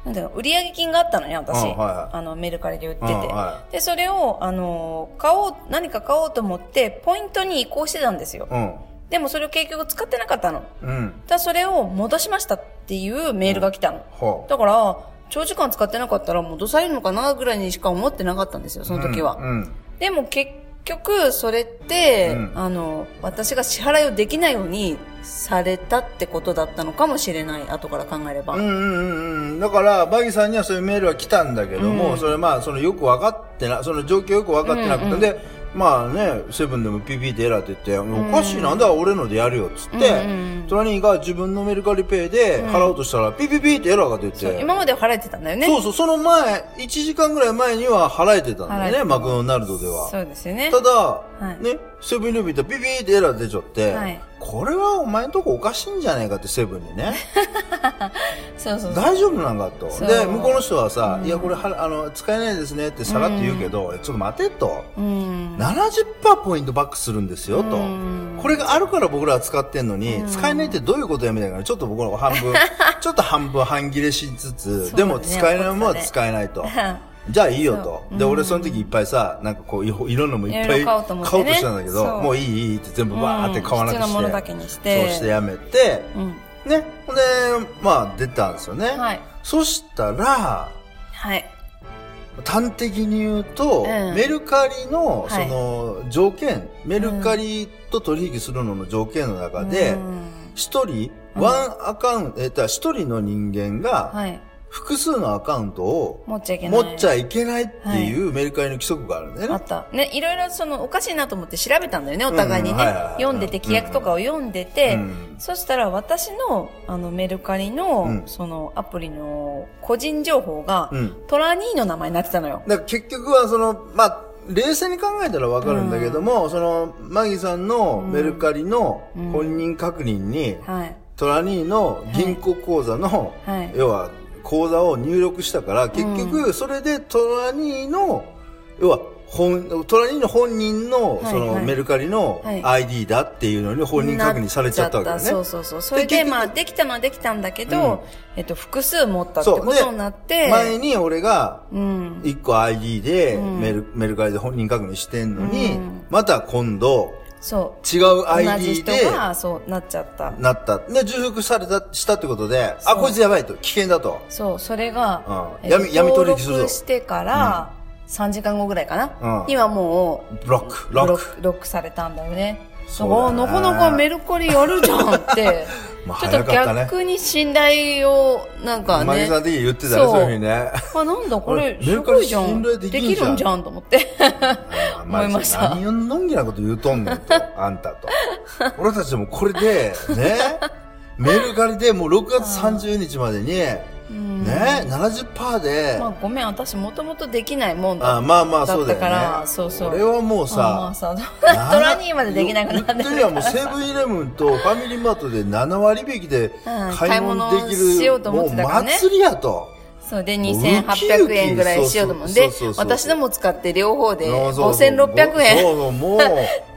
[SPEAKER 1] なんだろう、売上金があったのね、私。
[SPEAKER 2] うんはいはい
[SPEAKER 1] あの、メルカリで売って
[SPEAKER 2] う
[SPEAKER 1] て。
[SPEAKER 2] んは
[SPEAKER 1] で、それを、あの、買おう、何か買おうと思って、ポイントに移行してたんですよ。
[SPEAKER 2] い。うん。
[SPEAKER 1] でもそれを結局使ってなかったの。
[SPEAKER 2] うん。
[SPEAKER 1] ただそれを戻しましたっていうメールが来たの。
[SPEAKER 2] はあ。
[SPEAKER 1] だから、長時間使ってなかったら戻されるのかなぐらいにしか思ってなかったんですよ、その時は。
[SPEAKER 2] うん。
[SPEAKER 1] でも結局、それって、
[SPEAKER 2] うん
[SPEAKER 1] あの、私が支払いをできないようにされたってことだったのかもしれない、後から考えれば。
[SPEAKER 2] うんうんうんうん。だから、バギさんにはそういうメールは来たんだけども、
[SPEAKER 1] うん
[SPEAKER 2] それまあ、そのよく分かってな、その状況よく分かってなくて、
[SPEAKER 1] うんうん
[SPEAKER 2] で、まあね、セブンでも PP でエラーって言って、おかしいな、だから俺のでやるよっつって、
[SPEAKER 1] うんうんうん
[SPEAKER 2] トラニーが自分のメルカリペイで払おうとしたら、ピピピってエラーが出て、
[SPEAKER 1] そう今までは払えてたんだよね。
[SPEAKER 2] そうそう、その前、1時間ぐらい前には払えてたんだ
[SPEAKER 1] 払えて
[SPEAKER 2] よね、
[SPEAKER 1] た
[SPEAKER 2] マクドナルドでは。
[SPEAKER 1] そうですよね。
[SPEAKER 2] ただ、
[SPEAKER 1] い
[SPEAKER 2] ね、セブンイレブン行ったらビビーってエラー出ちゃって、
[SPEAKER 1] はい
[SPEAKER 2] これはお前んとこおかしいんじゃないかってセブン
[SPEAKER 1] [laughs]
[SPEAKER 2] にね、
[SPEAKER 1] そうそうそう。
[SPEAKER 2] 大丈夫なんかと。
[SPEAKER 1] そう
[SPEAKER 2] で、向こうの人はさ、いや、これは、あの、使えないですねってさらって言うけど、えちょっと待てと。
[SPEAKER 1] うん。
[SPEAKER 2] 70%ポイントバックするんですよと
[SPEAKER 1] うん。
[SPEAKER 2] これがあるから僕らは使ってんのに、使えないってどういうことやみたいな、ちょっと僕らは半
[SPEAKER 1] [laughs]
[SPEAKER 2] 分、ちょっと半分半切れしつつ、
[SPEAKER 1] そうだね
[SPEAKER 2] でも使えないものは使えないと。
[SPEAKER 1] [laughs]
[SPEAKER 2] じゃあいいよと。で、俺その時いっぱいさ、なんかこう、いろいろんなのもいっぱ
[SPEAKER 1] いろい
[SPEAKER 2] い
[SPEAKER 1] ろ買
[SPEAKER 2] 買お
[SPEAKER 1] お
[SPEAKER 2] う
[SPEAKER 1] う
[SPEAKER 2] と
[SPEAKER 1] と思ってね
[SPEAKER 2] してたんだけ
[SPEAKER 1] そ
[SPEAKER 2] ど、
[SPEAKER 1] う
[SPEAKER 2] もういいいいって全部バーって買わなく
[SPEAKER 1] うん必要
[SPEAKER 2] して。
[SPEAKER 1] なものだけにし
[SPEAKER 2] そう
[SPEAKER 1] て。
[SPEAKER 2] してやめて、
[SPEAKER 1] うん。
[SPEAKER 2] ね。ほんで、まあ出たんですよね。
[SPEAKER 1] はい。
[SPEAKER 2] そしたら、
[SPEAKER 1] はい。
[SPEAKER 2] 端的に言うと、
[SPEAKER 1] うん
[SPEAKER 2] メルカリの、
[SPEAKER 1] はい
[SPEAKER 2] その、条件、メルカリと取引するのの条件の中で
[SPEAKER 1] う、ん
[SPEAKER 2] 一
[SPEAKER 1] うん
[SPEAKER 2] 人、ワンアカウント、えっと、一人の人間が、
[SPEAKER 1] はい。
[SPEAKER 2] 複数のアカウントを
[SPEAKER 1] 持っちゃいけな
[SPEAKER 2] 持
[SPEAKER 1] い。
[SPEAKER 2] っちゃいけないっていうメルカリの規則があるんだよね。
[SPEAKER 1] あった。ね、いろいろその、おかしいなと思って調べたんだよね、お互いに
[SPEAKER 2] うん
[SPEAKER 1] ね
[SPEAKER 2] はいはいはい。
[SPEAKER 1] 読んでて、規約とかを読んでて、
[SPEAKER 2] うん
[SPEAKER 1] そしたら私の、あの、メルカリの、
[SPEAKER 2] うん
[SPEAKER 1] その、アプリの、個人情報が、
[SPEAKER 2] うん
[SPEAKER 1] トラニーの名前になってたのよ。
[SPEAKER 2] だから結局はその、まあ、冷静に考えたらわかるんだけども、その、マギさんのメルカリの本人確認に、
[SPEAKER 1] はい。
[SPEAKER 2] トラニーの銀行口座の、
[SPEAKER 1] はい
[SPEAKER 2] 要は、口座を入力したから、結局、それでトラニーの、要は、本、トラニーの本人の、
[SPEAKER 1] はい
[SPEAKER 2] その、
[SPEAKER 1] はい
[SPEAKER 2] メルカリの
[SPEAKER 1] はい
[SPEAKER 2] ID だっていうのに本人確認されちゃったわけ
[SPEAKER 1] な
[SPEAKER 2] だ
[SPEAKER 1] っ
[SPEAKER 2] ね。
[SPEAKER 1] ちゃったそうそうそう。それ
[SPEAKER 2] で
[SPEAKER 1] で、
[SPEAKER 2] 結局
[SPEAKER 1] まあ、できたのはできたんだけ
[SPEAKER 2] う
[SPEAKER 1] ど、
[SPEAKER 2] ん
[SPEAKER 1] えっと、複数持ったって
[SPEAKER 2] そう
[SPEAKER 1] こ
[SPEAKER 2] で
[SPEAKER 1] とになって、
[SPEAKER 2] 前に俺が、
[SPEAKER 1] うん。
[SPEAKER 2] 一個 ID で
[SPEAKER 1] うん
[SPEAKER 2] メル、メルカリで本人確認してんのに、
[SPEAKER 1] うん
[SPEAKER 2] また今度、
[SPEAKER 1] そう。
[SPEAKER 2] 違う
[SPEAKER 1] 同じ
[SPEAKER 2] ID
[SPEAKER 1] 人
[SPEAKER 2] で、
[SPEAKER 1] が、そう、なっちゃった。
[SPEAKER 2] なった。で、重複された、したってことで、あ、
[SPEAKER 1] そう
[SPEAKER 2] こいつやばいと、危険だと。
[SPEAKER 1] そう、それが、
[SPEAKER 2] う
[SPEAKER 1] え
[SPEAKER 2] ん
[SPEAKER 1] っと
[SPEAKER 2] 闇闇取引するぞ
[SPEAKER 1] 登録してから、3時間後ぐらいかな、
[SPEAKER 2] うん
[SPEAKER 1] にはもう、
[SPEAKER 2] ブロック、
[SPEAKER 1] ロ
[SPEAKER 2] ロッ
[SPEAKER 1] ッ
[SPEAKER 2] ク。
[SPEAKER 1] ク、ロックされたんだよね。だ
[SPEAKER 2] そう
[SPEAKER 1] から、
[SPEAKER 2] だよね
[SPEAKER 1] なかなかメルカリやるじゃん
[SPEAKER 2] [laughs]
[SPEAKER 1] って。
[SPEAKER 2] まあ
[SPEAKER 1] ちょっと
[SPEAKER 2] 早かったね
[SPEAKER 1] 逆に信頼を、なんか
[SPEAKER 2] マ
[SPEAKER 1] ね
[SPEAKER 2] ギ。さん的に言ってたね、
[SPEAKER 1] そう
[SPEAKER 2] そういうふうにね。
[SPEAKER 1] あ、なんだこ
[SPEAKER 2] あれ
[SPEAKER 1] れ、
[SPEAKER 2] [laughs] メ
[SPEAKER 1] す
[SPEAKER 2] ルカリ
[SPEAKER 1] ごいじゃん。
[SPEAKER 2] 信頼
[SPEAKER 1] で
[SPEAKER 2] できんじゃん
[SPEAKER 1] きるんじゃんと思って。 [laughs] [laughs] 思いました
[SPEAKER 2] あ何をのんきなこと言うとんねんと、あんたと。俺たちもこれで、ね、メルカリでもう6月30日までに、ね、
[SPEAKER 1] うん
[SPEAKER 2] 70%で、
[SPEAKER 1] まあ、ごめん、私もともとできないもんだ。
[SPEAKER 2] あまあまあそう
[SPEAKER 1] だった
[SPEAKER 2] だよ
[SPEAKER 1] か
[SPEAKER 2] ね。
[SPEAKER 1] らそうそう
[SPEAKER 2] 俺はもう
[SPEAKER 1] まあまあさ、
[SPEAKER 2] さ、
[SPEAKER 1] [laughs]
[SPEAKER 2] な
[SPEAKER 1] トラニーまでできなくなって
[SPEAKER 2] 言って
[SPEAKER 1] る
[SPEAKER 2] や
[SPEAKER 1] か
[SPEAKER 2] もう
[SPEAKER 1] ら
[SPEAKER 2] セブンイレブンとファミリーマートで7割引きで
[SPEAKER 1] うん
[SPEAKER 2] 買い物でき
[SPEAKER 1] 買い物しよ
[SPEAKER 2] る、
[SPEAKER 1] うと
[SPEAKER 2] も
[SPEAKER 1] 思
[SPEAKER 2] う
[SPEAKER 1] ってたからね
[SPEAKER 2] 祭りやと。
[SPEAKER 1] そうで、
[SPEAKER 2] ウキウキ
[SPEAKER 1] 2800円ぐらいしようと思うんで
[SPEAKER 2] そうそうそう、そう
[SPEAKER 1] 私のも使って両方で
[SPEAKER 2] そうそうそう
[SPEAKER 1] 5600円
[SPEAKER 2] そうそう、もう、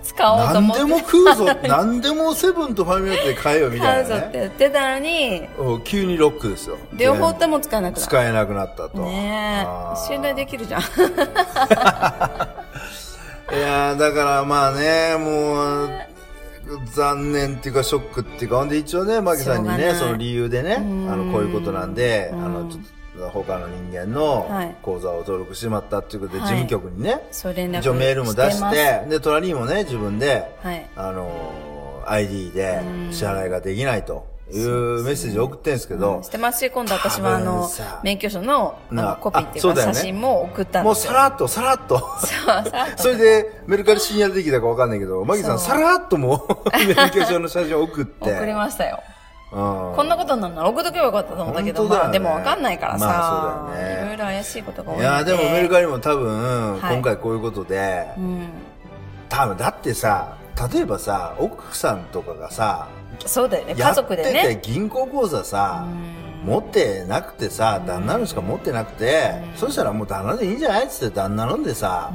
[SPEAKER 1] 使おうと思
[SPEAKER 2] 何
[SPEAKER 1] っ
[SPEAKER 2] で
[SPEAKER 1] て。
[SPEAKER 2] も食うぞ、何でもセブンとファミリーマートで買えよみた
[SPEAKER 1] 買
[SPEAKER 2] いう
[SPEAKER 1] ぞ
[SPEAKER 2] な
[SPEAKER 1] って
[SPEAKER 2] ね。
[SPEAKER 1] 言ってたのに、
[SPEAKER 2] うん急にロックですよ。
[SPEAKER 1] 両方とも使えなくなる。
[SPEAKER 2] 使えなくなったと。
[SPEAKER 1] ね
[SPEAKER 2] あー
[SPEAKER 1] え。信頼できるじゃん。 [laughs]
[SPEAKER 2] いやーだからまあね、もう、残念っていうかショックっていうか、ほんで一応ね、マキさんに
[SPEAKER 1] しょうが
[SPEAKER 2] ね、
[SPEAKER 1] ない
[SPEAKER 2] その理由でね、あ
[SPEAKER 1] ん
[SPEAKER 2] の、こういうことなんで、あ
[SPEAKER 1] うん
[SPEAKER 2] の、ちょっと、他の人間
[SPEAKER 1] はい
[SPEAKER 2] の口座を登録してしまったっていうことで、事
[SPEAKER 1] はい
[SPEAKER 2] 務局にね、
[SPEAKER 1] そう連絡
[SPEAKER 2] 一応メールも出
[SPEAKER 1] て
[SPEAKER 2] し
[SPEAKER 1] ます
[SPEAKER 2] て、で、トラリーもね、自分で、
[SPEAKER 1] はい。
[SPEAKER 2] あのー、ID で
[SPEAKER 1] うん
[SPEAKER 2] 支払いができないというメッセージを送ってんですけど
[SPEAKER 1] し、てますし、今度私はあ
[SPEAKER 2] 多分
[SPEAKER 1] の
[SPEAKER 2] さ、
[SPEAKER 1] 免許証のあ
[SPEAKER 2] な
[SPEAKER 1] のコピーってい
[SPEAKER 2] あそうう
[SPEAKER 1] か
[SPEAKER 2] だよね
[SPEAKER 1] 写真も送ったん
[SPEAKER 2] もう
[SPEAKER 1] [laughs] です
[SPEAKER 2] さ
[SPEAKER 1] よ。
[SPEAKER 2] らっと、さらっと。 [laughs] それで、メルカリ深夜できたかわかんないけど、マギさん、
[SPEAKER 1] そ
[SPEAKER 2] さ
[SPEAKER 1] う
[SPEAKER 2] らっとも
[SPEAKER 1] [laughs]
[SPEAKER 2] う、免許証の写真を送って。
[SPEAKER 1] 送りましたよ。
[SPEAKER 2] うん
[SPEAKER 1] こんなことになるなら送っとけばよかったと思ったけど、
[SPEAKER 2] 本当だよね
[SPEAKER 1] まあでもわかんないからさ、
[SPEAKER 2] まあそうだよね
[SPEAKER 1] いろいろ怪しいことが多い
[SPEAKER 2] いやーでもメル
[SPEAKER 1] リ、
[SPEAKER 2] カリも多分、
[SPEAKER 1] はい
[SPEAKER 2] 今回こういうことで、
[SPEAKER 1] うん、
[SPEAKER 2] 多分だってさ、例えばさ、奥さんとかがさ、
[SPEAKER 1] そうだよね、家族で
[SPEAKER 2] やっ
[SPEAKER 1] ね。
[SPEAKER 2] てて銀行口座さ、
[SPEAKER 1] うん
[SPEAKER 2] 持ってなくてさ、旦那のしか持ってなくて、そしたらもう旦那でいいんじゃないっつって旦那のでさ、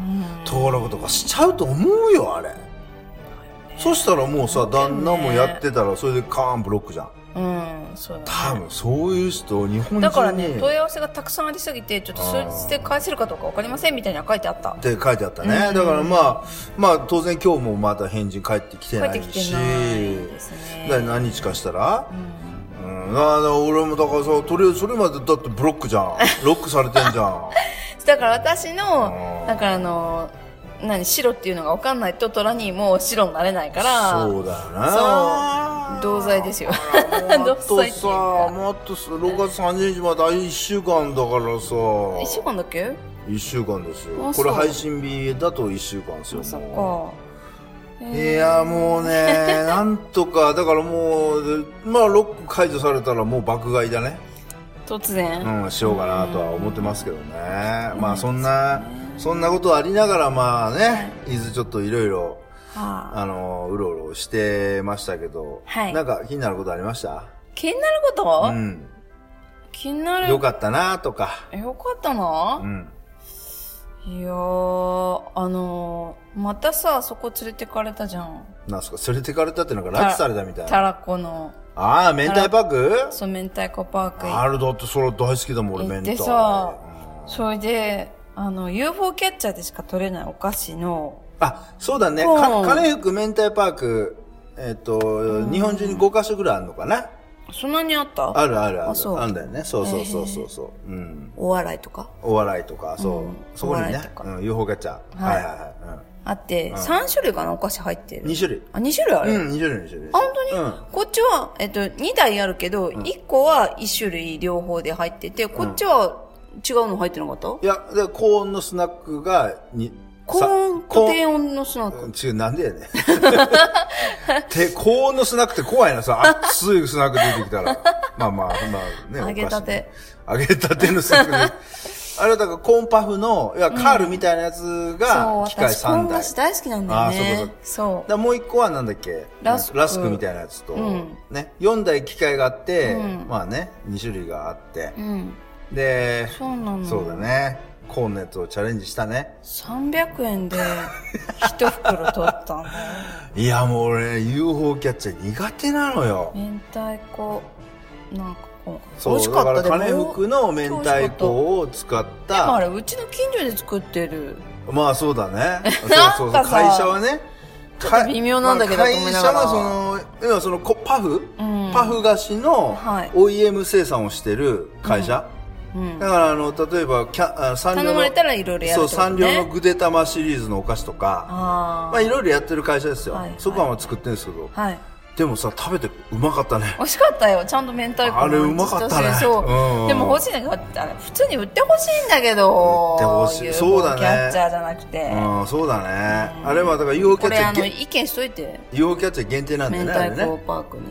[SPEAKER 2] 登録とかしちゃうと思うよ、あれ。そしたらもうさ、旦那もやってたら、それでカーンブロックじゃん。
[SPEAKER 1] うん、そうだ、
[SPEAKER 2] 多
[SPEAKER 1] ね。
[SPEAKER 2] 分そういう人、日本人に。
[SPEAKER 1] だからね、問い合わせがたくさんありすぎて、ちょっと数日で返せるかどうかわかりませんみたいなの書いてあった
[SPEAKER 2] っ。て書いてあったね、だからまあまあ当然今日もまた返事返ってきて
[SPEAKER 1] 帰
[SPEAKER 2] な
[SPEAKER 1] って
[SPEAKER 2] い
[SPEAKER 1] きて
[SPEAKER 2] し
[SPEAKER 1] ないですね。
[SPEAKER 2] だから何日かしたら、うんあの俺もだからさとりあえずそれまでだってブロックじゃん
[SPEAKER 1] [laughs]
[SPEAKER 2] ロックされてんじゃん
[SPEAKER 1] だから私の
[SPEAKER 2] う、ん
[SPEAKER 1] だからあの、何、白っていうのがわかんないと、虎にも白になれないから、
[SPEAKER 2] そうだよね
[SPEAKER 1] そう同罪ですよ [laughs]
[SPEAKER 2] あらもっ
[SPEAKER 1] 同
[SPEAKER 2] と
[SPEAKER 1] 罪っていうか
[SPEAKER 2] さもっとさ6月30日まであ1週間だからさ
[SPEAKER 1] 一週間だっけ
[SPEAKER 2] 1週間ですよ
[SPEAKER 1] あ
[SPEAKER 2] こ
[SPEAKER 1] そ
[SPEAKER 2] れ
[SPEAKER 1] う
[SPEAKER 2] 配信日だと1週間ですよ
[SPEAKER 1] そっ
[SPEAKER 2] もう
[SPEAKER 1] か。
[SPEAKER 2] いやもう
[SPEAKER 1] [laughs]
[SPEAKER 2] ね、なんとか、だからもう、まあロック解除されたらもう爆買いだね。
[SPEAKER 1] 突然。
[SPEAKER 2] うん、しようかなとは思ってますけどね。まあそんな、そんなことありながらまあね、伊豆ちょっといろいろ、
[SPEAKER 1] はあ
[SPEAKER 2] あの、うろうろしてましたけど、
[SPEAKER 1] はい
[SPEAKER 2] なんか気になることありました
[SPEAKER 1] 気になること、
[SPEAKER 2] うん。
[SPEAKER 1] 気になる。
[SPEAKER 2] よかったなとか。
[SPEAKER 1] よかったな
[SPEAKER 2] う、ん。
[SPEAKER 1] いやー、あのー、またさ、そこ連れてかれたじゃん。
[SPEAKER 2] なんすか、連れてかれたってなんか拉致されたみたい
[SPEAKER 1] た
[SPEAKER 2] な。
[SPEAKER 1] らこの、
[SPEAKER 2] ああ、明太パック
[SPEAKER 1] そう、明太子パーク行
[SPEAKER 2] あれだってそれ大好きだもん、俺
[SPEAKER 1] 行っ
[SPEAKER 2] 明
[SPEAKER 1] て
[SPEAKER 2] 太。
[SPEAKER 1] さ
[SPEAKER 2] うん
[SPEAKER 1] それで、あの、UFO キャッチャーでしか取れないお菓子の、
[SPEAKER 2] あ、そうだね。
[SPEAKER 1] うん
[SPEAKER 2] かカレー服明太パーク、えっ、と、日本中に5カ所ぐらいあるのかな
[SPEAKER 1] そんなにあった
[SPEAKER 2] あるあるあ
[SPEAKER 1] あそ
[SPEAKER 2] る。
[SPEAKER 1] う
[SPEAKER 2] あるんだよね。そうそうそうそうそう。うん。
[SPEAKER 1] お笑いとか
[SPEAKER 2] お笑いとか、そう。
[SPEAKER 1] うん
[SPEAKER 2] そこに
[SPEAKER 1] お笑い
[SPEAKER 2] ね
[SPEAKER 1] と、か
[SPEAKER 2] うん、UFO キャッチャー。
[SPEAKER 1] は
[SPEAKER 2] はいいはいは
[SPEAKER 1] あって、3種類かなお菓子入って
[SPEAKER 2] い。
[SPEAKER 1] る。
[SPEAKER 2] うん。2種類。
[SPEAKER 1] あ、2種類ある、
[SPEAKER 2] うん、2種類2種類。
[SPEAKER 1] あ、本当に、
[SPEAKER 2] うん
[SPEAKER 1] こっちは、えっと、2台あるけど、1個は1種類両方で入ってて、こっちは違うの入ってなかった、
[SPEAKER 2] いや、で、高温のスナックが、に、
[SPEAKER 1] 高温、
[SPEAKER 2] さ高
[SPEAKER 1] 低温のスナック。
[SPEAKER 2] 違う、なんでやねん。 [laughs] て、高温のスナックって怖いな、さ、熱いスナック出てきたら。まあまあ、まあね、
[SPEAKER 1] 揚げたて
[SPEAKER 2] お菓子ね。揚 [laughs] げたてのスナックで。あれはだからコーンパフの、いや、カールみたいなやつ
[SPEAKER 1] そう、
[SPEAKER 2] が、機械
[SPEAKER 1] 私、コー
[SPEAKER 2] 3
[SPEAKER 1] ン菓
[SPEAKER 2] 台。
[SPEAKER 1] 子
[SPEAKER 2] だか
[SPEAKER 1] 大好きなんだよ
[SPEAKER 2] あそう
[SPEAKER 1] ね
[SPEAKER 2] か。
[SPEAKER 1] そう
[SPEAKER 2] らもう一個はなんだっけ
[SPEAKER 1] ラスク
[SPEAKER 2] ラスクみたいなやつと、
[SPEAKER 1] うん
[SPEAKER 2] ね、4台機械があって、
[SPEAKER 1] うん
[SPEAKER 2] まあね、2種類があって
[SPEAKER 1] う。。ん。
[SPEAKER 2] で、
[SPEAKER 1] そうなの。
[SPEAKER 2] そうだ。ね、コーンのやつをチャレンジしたね。
[SPEAKER 1] 300円で、一袋取った
[SPEAKER 2] [laughs]
[SPEAKER 1] の。
[SPEAKER 2] いや、もう俺、UFO キャッチャー苦手なのよ。
[SPEAKER 1] 明太子、なんかこう、
[SPEAKER 2] そ
[SPEAKER 1] 美
[SPEAKER 2] う
[SPEAKER 1] 味しかった
[SPEAKER 2] だから
[SPEAKER 1] で
[SPEAKER 2] 金
[SPEAKER 1] も
[SPEAKER 2] 服の明太子を使っ
[SPEAKER 1] でもあ
[SPEAKER 2] た
[SPEAKER 1] れ、うちの近所で作ってる。
[SPEAKER 2] まあそう
[SPEAKER 1] [laughs]
[SPEAKER 2] だねそうそうそ
[SPEAKER 1] なんか
[SPEAKER 2] う
[SPEAKER 1] さ
[SPEAKER 2] 会社はね
[SPEAKER 1] ょっと微妙なんだけど
[SPEAKER 2] か
[SPEAKER 1] と思いながら
[SPEAKER 2] 会社はその今そのこパフ、
[SPEAKER 1] うん
[SPEAKER 2] パフ菓子の
[SPEAKER 1] はい
[SPEAKER 2] OEM 生産をしてる会社、
[SPEAKER 1] うん。
[SPEAKER 2] だからあの例えばキャあの三
[SPEAKER 1] 頼
[SPEAKER 2] 両
[SPEAKER 1] ま
[SPEAKER 2] の
[SPEAKER 1] れたらいろいろやるっ
[SPEAKER 2] そう
[SPEAKER 1] てこと
[SPEAKER 2] 三
[SPEAKER 1] ね。
[SPEAKER 2] 両のぐで玉シリーズのお菓子とか
[SPEAKER 1] あ
[SPEAKER 2] まあいろいろやってる会社ですよ、
[SPEAKER 1] はい
[SPEAKER 2] そこはまあ作ってるんですけど、
[SPEAKER 1] あ。はい。
[SPEAKER 2] でもさ食べてうまかったね
[SPEAKER 1] 美味しかったよ。ちゃんと明太子も
[SPEAKER 2] あれうまかった
[SPEAKER 1] 味
[SPEAKER 2] ね
[SPEAKER 1] したしそう。
[SPEAKER 2] うん
[SPEAKER 1] でも欲しいんだけど、あれ普通に売ってほしいんだけど。
[SPEAKER 2] 売ってほしいそうだね
[SPEAKER 1] キャッチャーじゃなくて。
[SPEAKER 2] うんそうだね、あれはだから UFO キ
[SPEAKER 1] こ
[SPEAKER 2] ャッ
[SPEAKER 1] れ
[SPEAKER 2] チャ
[SPEAKER 1] あ
[SPEAKER 2] ー
[SPEAKER 1] の、
[SPEAKER 2] げ
[SPEAKER 1] 意見しといて。
[SPEAKER 2] UFO キャッチャー限定なんだ
[SPEAKER 1] 明
[SPEAKER 2] よねあれ
[SPEAKER 1] 太
[SPEAKER 2] ね
[SPEAKER 1] 子パークに。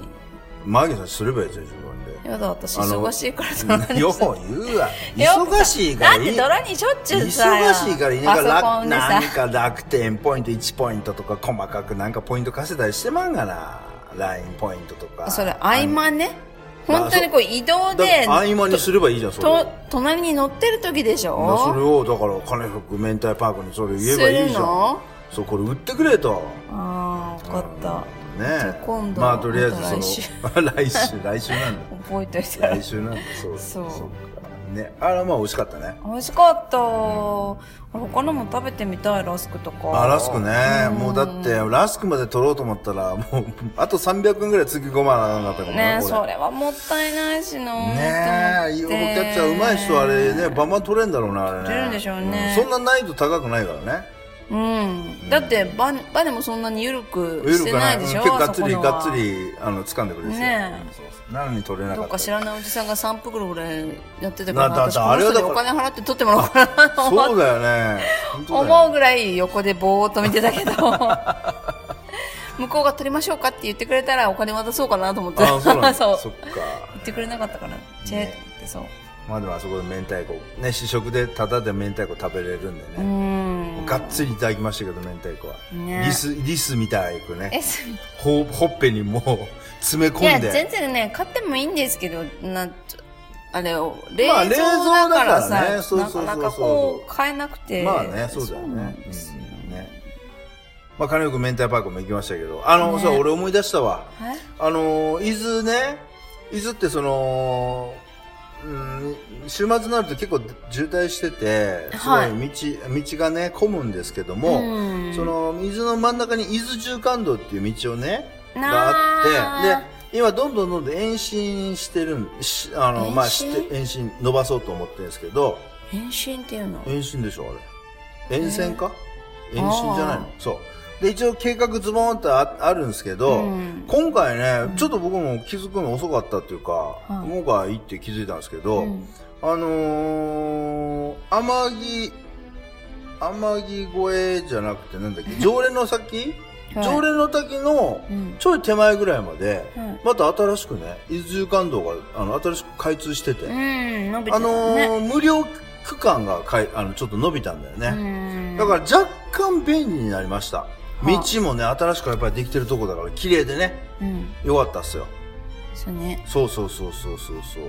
[SPEAKER 2] マギさんすればいいじゃん、自分で。
[SPEAKER 1] やだ、私
[SPEAKER 2] あの
[SPEAKER 1] 忙しいからそんなに
[SPEAKER 2] よ
[SPEAKER 1] しない。
[SPEAKER 2] う言うわ。
[SPEAKER 1] [laughs] よ
[SPEAKER 2] 忙しいからい
[SPEAKER 1] だっ
[SPEAKER 2] い。
[SPEAKER 1] てドラにしょっちゅうさ。
[SPEAKER 2] 忙しいからいいな
[SPEAKER 1] パ
[SPEAKER 2] んか
[SPEAKER 1] ソコ
[SPEAKER 2] 楽
[SPEAKER 1] ンで
[SPEAKER 2] な
[SPEAKER 1] さ
[SPEAKER 2] ん。か楽天ポイント1ポイントとか細かくなんかポイント稼いだりしてまんがな LINE ポイントとか
[SPEAKER 1] それ合間ね。
[SPEAKER 2] まあ
[SPEAKER 1] 本当にこう移動
[SPEAKER 2] だ
[SPEAKER 1] で、
[SPEAKER 2] 合間にすればいいじゃんそれを
[SPEAKER 1] と、隣に乗ってる時でし
[SPEAKER 2] まあそれ
[SPEAKER 1] ょ
[SPEAKER 2] をだから金服明太パークにそれ言えばいいじ
[SPEAKER 1] す
[SPEAKER 2] ゃ
[SPEAKER 1] る
[SPEAKER 2] ん
[SPEAKER 1] の
[SPEAKER 2] そうこれ売ってくれと
[SPEAKER 1] ああ、わかった。
[SPEAKER 2] ねえ
[SPEAKER 1] 今度
[SPEAKER 2] まあとりあえず
[SPEAKER 1] また来週
[SPEAKER 2] その [laughs] 来週来週なんだ
[SPEAKER 1] 覚えといて。
[SPEAKER 2] 来
[SPEAKER 1] [laughs]
[SPEAKER 2] 週なんだそう
[SPEAKER 1] そう
[SPEAKER 2] っかねあらまあ美味しかったね
[SPEAKER 1] 美味しかった、他のも食べてみたいラスクとか
[SPEAKER 2] あラスクね、もうだってラスクまで取ろうと思ったらもうあと300円ぐらいつぎ込まなかったかもな
[SPEAKER 1] ね
[SPEAKER 2] これ
[SPEAKER 1] それはもったいないしな
[SPEAKER 2] ねえ
[SPEAKER 1] え
[SPEAKER 2] いいおキャッチャーうまい人あれねバンバン取れんだろうなあれね
[SPEAKER 1] 取れるんでしょうね
[SPEAKER 2] んそんな難易度高くないからね
[SPEAKER 1] うんだってバネバネもそんなに緩く
[SPEAKER 2] ゆ
[SPEAKER 1] し
[SPEAKER 2] る
[SPEAKER 1] て
[SPEAKER 2] か
[SPEAKER 1] な
[SPEAKER 2] ないうん
[SPEAKER 1] で
[SPEAKER 2] 結
[SPEAKER 1] しょ、
[SPEAKER 2] 構がっつり
[SPEAKER 1] あそこのは
[SPEAKER 2] がっつりあの掴んでくれるし
[SPEAKER 1] ねえ
[SPEAKER 2] うんそうそうなのに取れな
[SPEAKER 1] ど
[SPEAKER 2] かっ
[SPEAKER 1] っか
[SPEAKER 2] た
[SPEAKER 1] 知らないおじさんが3袋ぐらいやってたから、
[SPEAKER 2] なだ
[SPEAKER 1] 私
[SPEAKER 2] だ
[SPEAKER 1] この
[SPEAKER 2] あれは
[SPEAKER 1] 人
[SPEAKER 2] だ
[SPEAKER 1] に
[SPEAKER 2] から
[SPEAKER 1] お金払って取ってもらおうかなと思っ
[SPEAKER 2] [laughs] そうだよね本当だよね
[SPEAKER 1] 思うぐらい横でぼーっと見てた
[SPEAKER 2] [laughs]
[SPEAKER 1] けど向こうが取りましょうかって言ってくれたらお金渡そうかなと思って
[SPEAKER 2] あそうなんだ
[SPEAKER 1] [laughs] そう
[SPEAKER 2] そっか
[SPEAKER 1] 言ってくれなかったからチェーってそう
[SPEAKER 2] まあでもあそこで明太子ね試食でタダで明太子食べれるんで
[SPEAKER 1] う
[SPEAKER 2] ね
[SPEAKER 1] ん
[SPEAKER 2] がっつりいただきましたけど明太子は、
[SPEAKER 1] ね
[SPEAKER 2] リスリスみたいくね
[SPEAKER 1] えそう
[SPEAKER 2] ほほっぺにもう詰
[SPEAKER 1] い
[SPEAKER 2] め込
[SPEAKER 1] や
[SPEAKER 2] ん
[SPEAKER 1] 全
[SPEAKER 2] で
[SPEAKER 1] 然ね買ってもいいんですけどなんちょあれを冷
[SPEAKER 2] まあ
[SPEAKER 1] 蔵だからさ、
[SPEAKER 2] 冷蔵だからねそうそうそうそう
[SPEAKER 1] なかなかこう買えなくて
[SPEAKER 2] まあねそうだよ
[SPEAKER 1] そうな
[SPEAKER 2] ね
[SPEAKER 1] んですよ
[SPEAKER 2] うんねまあ金よく明太パークも行きましたけどあの、
[SPEAKER 1] ね
[SPEAKER 2] そう俺思い出したわ
[SPEAKER 1] はい
[SPEAKER 2] あの伊豆ね伊豆ってそのうん週末になると結構渋滞しててすご
[SPEAKER 1] はい
[SPEAKER 2] い道道がね混むんですけども、
[SPEAKER 1] うん
[SPEAKER 2] その水の真ん中に伊豆縦貫道っていう道をね
[SPEAKER 1] な
[SPEAKER 2] が
[SPEAKER 1] あ
[SPEAKER 2] あってで今どんどんどんどん延伸してるんしあのまあ
[SPEAKER 1] 延
[SPEAKER 2] し
[SPEAKER 1] 伸
[SPEAKER 2] て延伸伸ばそうと思ってるんですけど
[SPEAKER 1] 変身っていうの
[SPEAKER 2] 延伸でしょあれ沿線か延伸じゃないのそうで一応計画ズボンってああるんですけど、
[SPEAKER 1] うん
[SPEAKER 2] 今回ね、ちょっと僕も気づくの遅かったっていうか、
[SPEAKER 1] はい
[SPEAKER 2] 今回行って気づいたんですけど、
[SPEAKER 1] うん
[SPEAKER 2] あのー、天城、天城越えじゃなくて、なんだ
[SPEAKER 1] [laughs]
[SPEAKER 2] っけ、常連の先、
[SPEAKER 1] はい
[SPEAKER 2] 常連の滝の
[SPEAKER 1] うん
[SPEAKER 2] ちょい手前ぐらいまで、
[SPEAKER 1] はい
[SPEAKER 2] また新しくね、伊豆間道があの新しく開通してて、
[SPEAKER 1] うん伸びて
[SPEAKER 2] あ
[SPEAKER 1] たね
[SPEAKER 2] のー無料区間がかいあのちょっと伸びたんだよね。
[SPEAKER 1] うん
[SPEAKER 2] だから若干便利になりました。道もね、新しくやっぱりできてるとこだから、綺麗でね、
[SPEAKER 1] うん
[SPEAKER 2] よかったっすよ。
[SPEAKER 1] そうね
[SPEAKER 2] そうそうそうそうそうそう。
[SPEAKER 1] う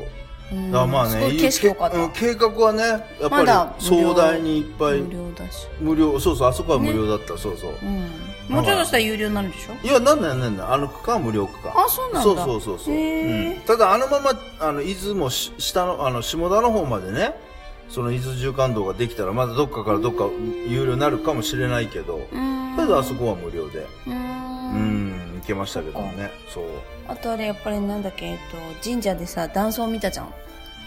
[SPEAKER 1] ん
[SPEAKER 2] だからまあね、
[SPEAKER 1] すごい景色良かった
[SPEAKER 2] うん計画はね、やっ
[SPEAKER 1] ま
[SPEAKER 2] ぱ
[SPEAKER 1] だ
[SPEAKER 2] り
[SPEAKER 1] 無料
[SPEAKER 2] 壮大にいっぱい
[SPEAKER 1] 無料だし
[SPEAKER 2] 無料、そうそう、あそこは無料だった、そうそう。
[SPEAKER 1] うんもうちょっとしたら有料になるでしょ
[SPEAKER 2] いや、なんだよ、なんだよ、あの区間は無料区間。
[SPEAKER 1] あそうなんだ
[SPEAKER 2] そうそうそうそう。
[SPEAKER 1] へー
[SPEAKER 2] うんただ、あのまま、あの、伊豆もし下の、あの、下田の方までね、その伊豆縦貫道ができたら、まだどっかからどっか有料になるかもしれないけど、
[SPEAKER 1] うん
[SPEAKER 2] ただあそこは無料で、
[SPEAKER 1] う
[SPEAKER 2] うんん、行けましたけどね、そう。
[SPEAKER 1] あとあれやっぱりなんだっけえっと神社でさ断層見たじゃん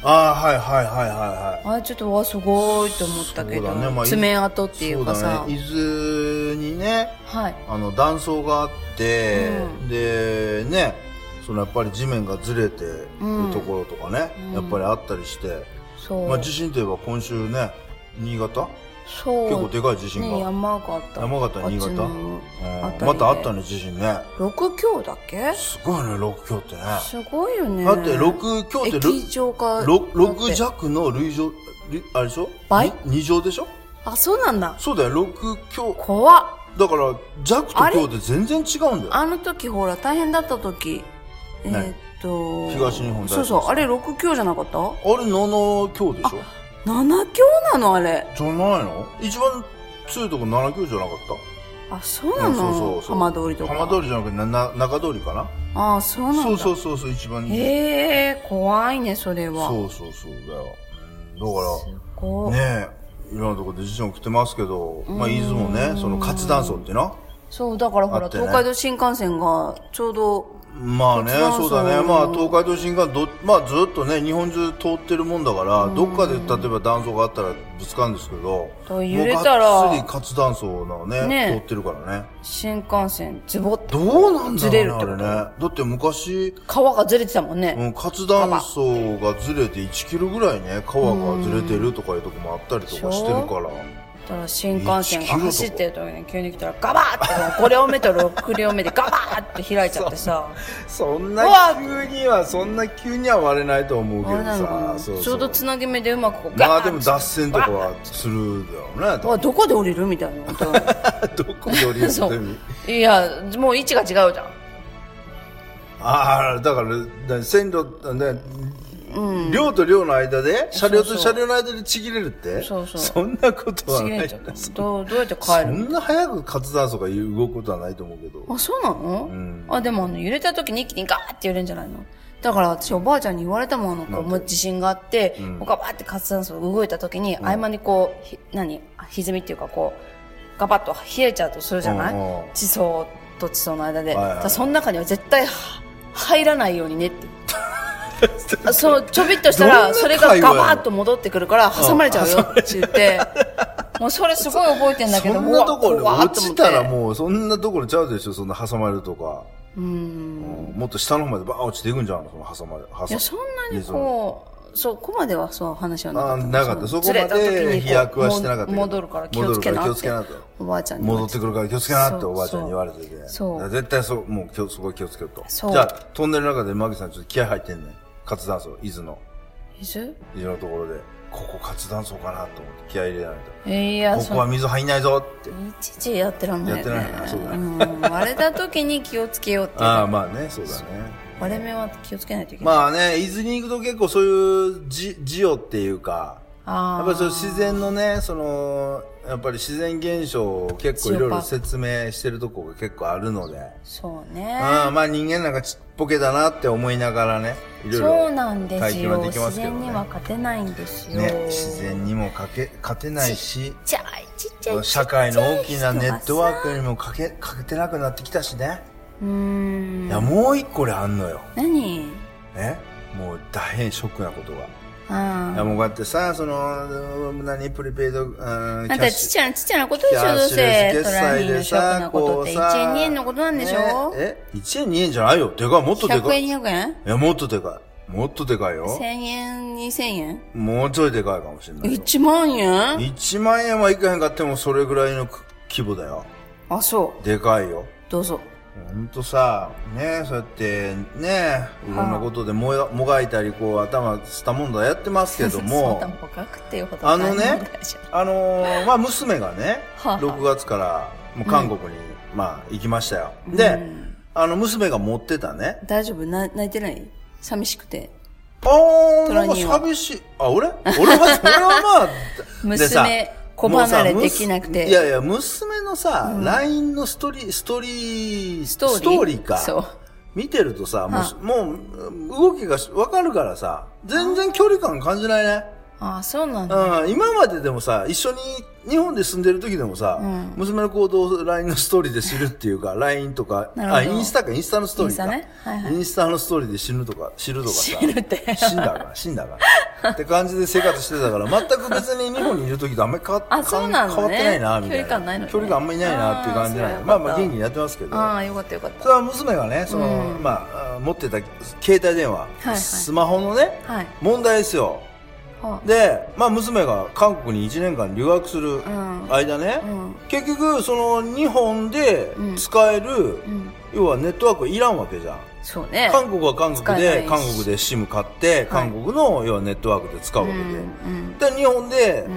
[SPEAKER 2] ああ、はいはいはいはいはい。
[SPEAKER 1] あれちょっとわすごいと思ったけ
[SPEAKER 2] そ
[SPEAKER 1] ど
[SPEAKER 2] うだねまあ
[SPEAKER 1] 爪痕っていうか
[SPEAKER 2] そ
[SPEAKER 1] さ
[SPEAKER 2] うだね、伊豆にね、
[SPEAKER 1] はい
[SPEAKER 2] あの断層があって、
[SPEAKER 1] う
[SPEAKER 2] でねそのやっぱり地面がずれてる
[SPEAKER 1] うん
[SPEAKER 2] ところとかね、
[SPEAKER 1] うん
[SPEAKER 2] やっぱりあったりして、
[SPEAKER 1] そう
[SPEAKER 2] まあ、地震といえば今週ね新潟
[SPEAKER 1] そう
[SPEAKER 2] 結構でかい地震が、
[SPEAKER 1] ね山形
[SPEAKER 2] 山形新潟
[SPEAKER 1] あっちの
[SPEAKER 2] うん
[SPEAKER 1] あたりで
[SPEAKER 2] またあったね地震ね
[SPEAKER 1] 六強だっけ
[SPEAKER 2] すごいね6強ってね
[SPEAKER 1] すごいよね
[SPEAKER 2] だって6強って
[SPEAKER 1] 液状化
[SPEAKER 2] 6
[SPEAKER 1] ゃ
[SPEAKER 2] 弱の類乗りあれでしょ
[SPEAKER 1] 倍
[SPEAKER 2] ?2 乗でしょ
[SPEAKER 1] あそうなんだ
[SPEAKER 2] そうだよ6強
[SPEAKER 1] 怖っ
[SPEAKER 2] だから弱と
[SPEAKER 1] あれ
[SPEAKER 2] 強って全然違うんだよ
[SPEAKER 1] あの時ほら大変だった時え
[SPEAKER 2] 何
[SPEAKER 1] ーっと
[SPEAKER 2] 東日本大震災
[SPEAKER 1] そうそうあれ6強じゃなかった
[SPEAKER 2] あれ7強でしょ
[SPEAKER 1] 7強なのあれ
[SPEAKER 2] じゃないの一番強いとこ7級じゃなかっ
[SPEAKER 1] あそう
[SPEAKER 2] た
[SPEAKER 1] なの、
[SPEAKER 2] うんそうそうそう
[SPEAKER 1] 浜通りとか
[SPEAKER 2] 浜通りじゃなくてなな中通りかな
[SPEAKER 1] ああそうなんだ
[SPEAKER 2] そうそうそうそう一番いい
[SPEAKER 1] へえ怖いねそれは
[SPEAKER 2] そうそうそうだようんだ
[SPEAKER 1] こ
[SPEAKER 2] か
[SPEAKER 1] う、
[SPEAKER 2] らねえいろんなとこで地震起きてますけどまあ伊豆もねその活断層ってな
[SPEAKER 1] そうだからほ
[SPEAKER 2] あ
[SPEAKER 1] ら、
[SPEAKER 2] ってね
[SPEAKER 1] 東海道新幹線がちょうど
[SPEAKER 2] まあね
[SPEAKER 1] 活断
[SPEAKER 2] そ
[SPEAKER 1] 層
[SPEAKER 2] うだねまあ東海道新幹線どまあずっとね日本中通ってるもんだからどっかで例えば断層があったらぶつかるんですけど
[SPEAKER 1] だから揺れたら
[SPEAKER 2] もうがっつり活断層なのね
[SPEAKER 1] ね
[SPEAKER 2] 通ってるからね
[SPEAKER 1] 新幹線ズボッと
[SPEAKER 2] どうなんだ
[SPEAKER 1] ず
[SPEAKER 2] ろ
[SPEAKER 1] れ
[SPEAKER 2] うね
[SPEAKER 1] るってこと
[SPEAKER 2] あれねだって昔
[SPEAKER 1] 川がずれてたもんね、
[SPEAKER 2] うん、活断層がずれて1キロぐらいね川がずれてるとかいうとこもあったりとかしてるから
[SPEAKER 1] だから新幹線
[SPEAKER 2] 1キロと
[SPEAKER 1] が
[SPEAKER 2] か
[SPEAKER 1] 走ってる時に急に来たらガバーって5両目と6両
[SPEAKER 2] [laughs]
[SPEAKER 1] 目でガバーって開いちゃってさ
[SPEAKER 2] そん
[SPEAKER 1] うわ
[SPEAKER 2] 急にはそんな急には割れないと思う
[SPEAKER 1] あれなのかな
[SPEAKER 2] そうそう
[SPEAKER 1] ちょうどつなぎ目でうまくこう
[SPEAKER 2] ま
[SPEAKER 1] ガ
[SPEAKER 2] あ
[SPEAKER 1] ー
[SPEAKER 2] で
[SPEAKER 1] ッ
[SPEAKER 2] も
[SPEAKER 1] て
[SPEAKER 2] 脱線とかはするだろう
[SPEAKER 1] あ
[SPEAKER 2] ね
[SPEAKER 1] どこで降りるみたいな
[SPEAKER 2] [laughs]
[SPEAKER 1] 本
[SPEAKER 2] どこより
[SPEAKER 1] 当
[SPEAKER 2] も
[SPEAKER 1] そういやもう位置が違うじゃん
[SPEAKER 2] ああだからだ線路ね量と量の間で車両と車両の間でちぎれるって
[SPEAKER 1] そうそう
[SPEAKER 2] そんなことは
[SPEAKER 1] ちぎ
[SPEAKER 2] な
[SPEAKER 1] れ
[SPEAKER 2] い
[SPEAKER 1] ちゃった
[SPEAKER 2] そ
[SPEAKER 1] どうどうやって帰る
[SPEAKER 2] んな早く活断層が動くことはないと思うけど
[SPEAKER 1] あ、そうなの、
[SPEAKER 2] ん
[SPEAKER 1] あ、でもあの、揺れた時に一気にガーって揺れるんじゃないのだから私おばあちゃんに言われたもん、あの、こう、もう地震があって、こうガバーって活断層が動いた時に、合間にこう、ひ何歪みっていうかこう、ガバッと冷えちゃうとするじゃない、
[SPEAKER 2] うんうん
[SPEAKER 1] 地層と地層の間で。
[SPEAKER 2] はいはい
[SPEAKER 1] だからその中には絶対は入らないようにね
[SPEAKER 2] [laughs]
[SPEAKER 1] って。あそのちょびっとした
[SPEAKER 2] どんな
[SPEAKER 1] ら、
[SPEAKER 2] 会話
[SPEAKER 1] それがガバーッと戻ってくるから、挟まれちゃうよって言って、もうそれすごい覚えてんだけど、
[SPEAKER 2] そんなところ
[SPEAKER 1] うわ怖っ
[SPEAKER 2] 落
[SPEAKER 1] と思っ
[SPEAKER 2] ち
[SPEAKER 1] て
[SPEAKER 2] たらもうそんなところちゃうでしょそんな挟まれるとか
[SPEAKER 1] う。
[SPEAKER 2] うんんもっと下の方までバー落ちていくんじゃないのその挟まで。挟
[SPEAKER 1] いや、そんなにこう、そこまではそう話はなかった。
[SPEAKER 2] あなかったそこ
[SPEAKER 1] ず
[SPEAKER 2] まで
[SPEAKER 1] れた時にこう
[SPEAKER 2] 飛躍はしてなかったけど
[SPEAKER 1] も戻るから気をつけなって。
[SPEAKER 2] 戻るから気をつけなって
[SPEAKER 1] おばあちゃんに言わ
[SPEAKER 2] 戻
[SPEAKER 1] れ
[SPEAKER 2] ってくるから気をつけなっておばあちゃんに言われてて。
[SPEAKER 1] そう
[SPEAKER 2] だから絶対そう、もう気をそこは気をつけると。
[SPEAKER 1] そう
[SPEAKER 2] じゃあ、トンネルの中でマギさんちょっと気合入ってんねん。活断層、伊豆の。
[SPEAKER 1] 水
[SPEAKER 2] 伊豆のところで。ここ活断層かなと思って気合入れない
[SPEAKER 1] い
[SPEAKER 2] と。
[SPEAKER 1] や、
[SPEAKER 2] こ
[SPEAKER 1] そ
[SPEAKER 2] こは
[SPEAKER 1] の、
[SPEAKER 2] 水入んないぞって。
[SPEAKER 1] いちいちやってらんないよね。
[SPEAKER 2] やってらんないそうだね
[SPEAKER 1] ん。割れた時に気をつけようっていう。
[SPEAKER 2] ああ、まあね、そうだね。
[SPEAKER 1] 割れ目は気をつけないといけない。
[SPEAKER 2] まあね、伊豆に行くと結構そういうじ、ジオっていうか、
[SPEAKER 1] あ
[SPEAKER 2] やっぱりその自然のね、その、やっぱり自然現象を結構いろいろ説明してるとこが結構あるので、
[SPEAKER 1] そうね。
[SPEAKER 2] うん、まあ人間なんかちっぽけだなって思いながらね、いろいろ。
[SPEAKER 1] そうなんです
[SPEAKER 2] 体験は
[SPEAKER 1] よ。
[SPEAKER 2] できま
[SPEAKER 1] 自
[SPEAKER 2] すけどね
[SPEAKER 1] 然には勝てないんですよ。
[SPEAKER 2] ね、自然にもかけ、勝てない
[SPEAKER 1] ち
[SPEAKER 2] し、
[SPEAKER 1] っちゃい、ちっちゃい。ちっちゃい
[SPEAKER 2] 社会の大きなネットワー
[SPEAKER 1] 人
[SPEAKER 2] クにもかけ、かけてなくなってきたしね。
[SPEAKER 1] がさ。うーん。
[SPEAKER 2] いや、もう一個俺あんのよ。
[SPEAKER 1] 何
[SPEAKER 2] えもう大変ショックなことが。
[SPEAKER 1] ああ
[SPEAKER 2] いや。もうこうやってさ、その、うん何、プリペイド、うん、キャ
[SPEAKER 1] あん
[SPEAKER 2] ッ
[SPEAKER 1] たちっ
[SPEAKER 2] シュ
[SPEAKER 1] ちゃな、ちっちゃなことでしょ、どう
[SPEAKER 2] キャッシュレ
[SPEAKER 1] せ。
[SPEAKER 2] ス
[SPEAKER 1] ト
[SPEAKER 2] 決
[SPEAKER 1] ラ
[SPEAKER 2] 済
[SPEAKER 1] ニーの
[SPEAKER 2] で
[SPEAKER 1] ショック
[SPEAKER 2] さ、
[SPEAKER 1] なことって、1円、2円のことなんでしょ
[SPEAKER 2] ねえ ?1 円、2円じゃないよ。でかい、もっとで
[SPEAKER 1] ?100
[SPEAKER 2] か
[SPEAKER 1] 円、
[SPEAKER 2] い。い
[SPEAKER 1] 200円
[SPEAKER 2] や、もっとでかい。もっとでかい
[SPEAKER 1] ?1000
[SPEAKER 2] よ。
[SPEAKER 1] 円、2000円
[SPEAKER 2] もうちょいでかいかもしれないよ。
[SPEAKER 1] ?1 万円
[SPEAKER 2] 1万円はいかへんかってもそれぐらいのく規模だよ。
[SPEAKER 1] あ、そう。
[SPEAKER 2] でかいよ。
[SPEAKER 1] どうぞ。
[SPEAKER 2] ほんとさ、ねそうやって、ねいろんなことでもやもがいたり、こう、頭したもんだやってますけども
[SPEAKER 1] そうだ、もん、くっていうほど
[SPEAKER 2] あのね
[SPEAKER 1] 大変だじゃん
[SPEAKER 2] あのーまあ、娘がね、
[SPEAKER 1] はあはあ
[SPEAKER 2] 6月から、もう韓国に、まあ、行きましたよ。
[SPEAKER 1] う
[SPEAKER 2] で
[SPEAKER 1] ん、
[SPEAKER 2] あの、娘が持ってたね。
[SPEAKER 1] 大丈夫な泣いてない寂しくて。
[SPEAKER 2] あー、
[SPEAKER 1] ト
[SPEAKER 2] な
[SPEAKER 1] ラ
[SPEAKER 2] んか
[SPEAKER 1] には
[SPEAKER 2] 寂しい。あ、俺俺は、俺は
[SPEAKER 1] [laughs]
[SPEAKER 2] まあ、でさ
[SPEAKER 1] 娘、子離れできなく
[SPEAKER 2] もう
[SPEAKER 1] て。
[SPEAKER 2] さむすいやいや、娘のさ、LINE のストーリー、ストーリー、
[SPEAKER 1] ストーリー
[SPEAKER 2] か。
[SPEAKER 1] そう。
[SPEAKER 2] 見てるとさ、もう
[SPEAKER 1] は
[SPEAKER 2] し、もう、動きがわかるからさ、全然距離感感じないね。
[SPEAKER 1] ああ、そうなんだ。
[SPEAKER 2] うん、今まででもさ、一緒に日本で住んでる時でもさ、
[SPEAKER 1] うん
[SPEAKER 2] 娘の行動を LINE のストーリーで知るっていうか、LINE とか、
[SPEAKER 1] なるほど
[SPEAKER 2] あ、インスタか、インスタのストーリーか。
[SPEAKER 1] インスタねはいはい
[SPEAKER 2] インスタのストーリーで死ぬとか、知るとかさ。
[SPEAKER 1] 知るって
[SPEAKER 2] 死んだから、死んだから。って感じで生活してたから、全く別に日本にいる時とあんまり変わっ
[SPEAKER 1] あそうなのね
[SPEAKER 2] 変わってないな、みたい
[SPEAKER 1] 距
[SPEAKER 2] な。
[SPEAKER 1] 離感ないのね
[SPEAKER 2] 距離感あんまりないなっていう感じなん
[SPEAKER 1] あー
[SPEAKER 2] で。
[SPEAKER 1] それはよ
[SPEAKER 2] まあ
[SPEAKER 1] かった
[SPEAKER 2] まあ元気にやってますけど。
[SPEAKER 1] ああ、よかったよかっ
[SPEAKER 2] それは娘がね、その、
[SPEAKER 1] うん
[SPEAKER 2] まああ、持ってた携帯電話、
[SPEAKER 1] はい
[SPEAKER 2] スマホのね、
[SPEAKER 1] た。はい。
[SPEAKER 2] 問題ですよ。
[SPEAKER 1] は
[SPEAKER 2] で、まあ、娘が韓国に1年間留学する
[SPEAKER 1] ん
[SPEAKER 2] 間ね、
[SPEAKER 1] あ、うん。
[SPEAKER 2] 結局その日本で使える、
[SPEAKER 1] うん。
[SPEAKER 2] 要はネットワークいらんわけじゃん
[SPEAKER 1] そうね。
[SPEAKER 2] 韓国は韓
[SPEAKER 1] 使
[SPEAKER 2] 国
[SPEAKER 1] えない
[SPEAKER 2] で
[SPEAKER 1] し
[SPEAKER 2] 韓国で SIM 買って韓国の要はネットワークで使うわけで、
[SPEAKER 1] うん。
[SPEAKER 2] で日本で
[SPEAKER 1] う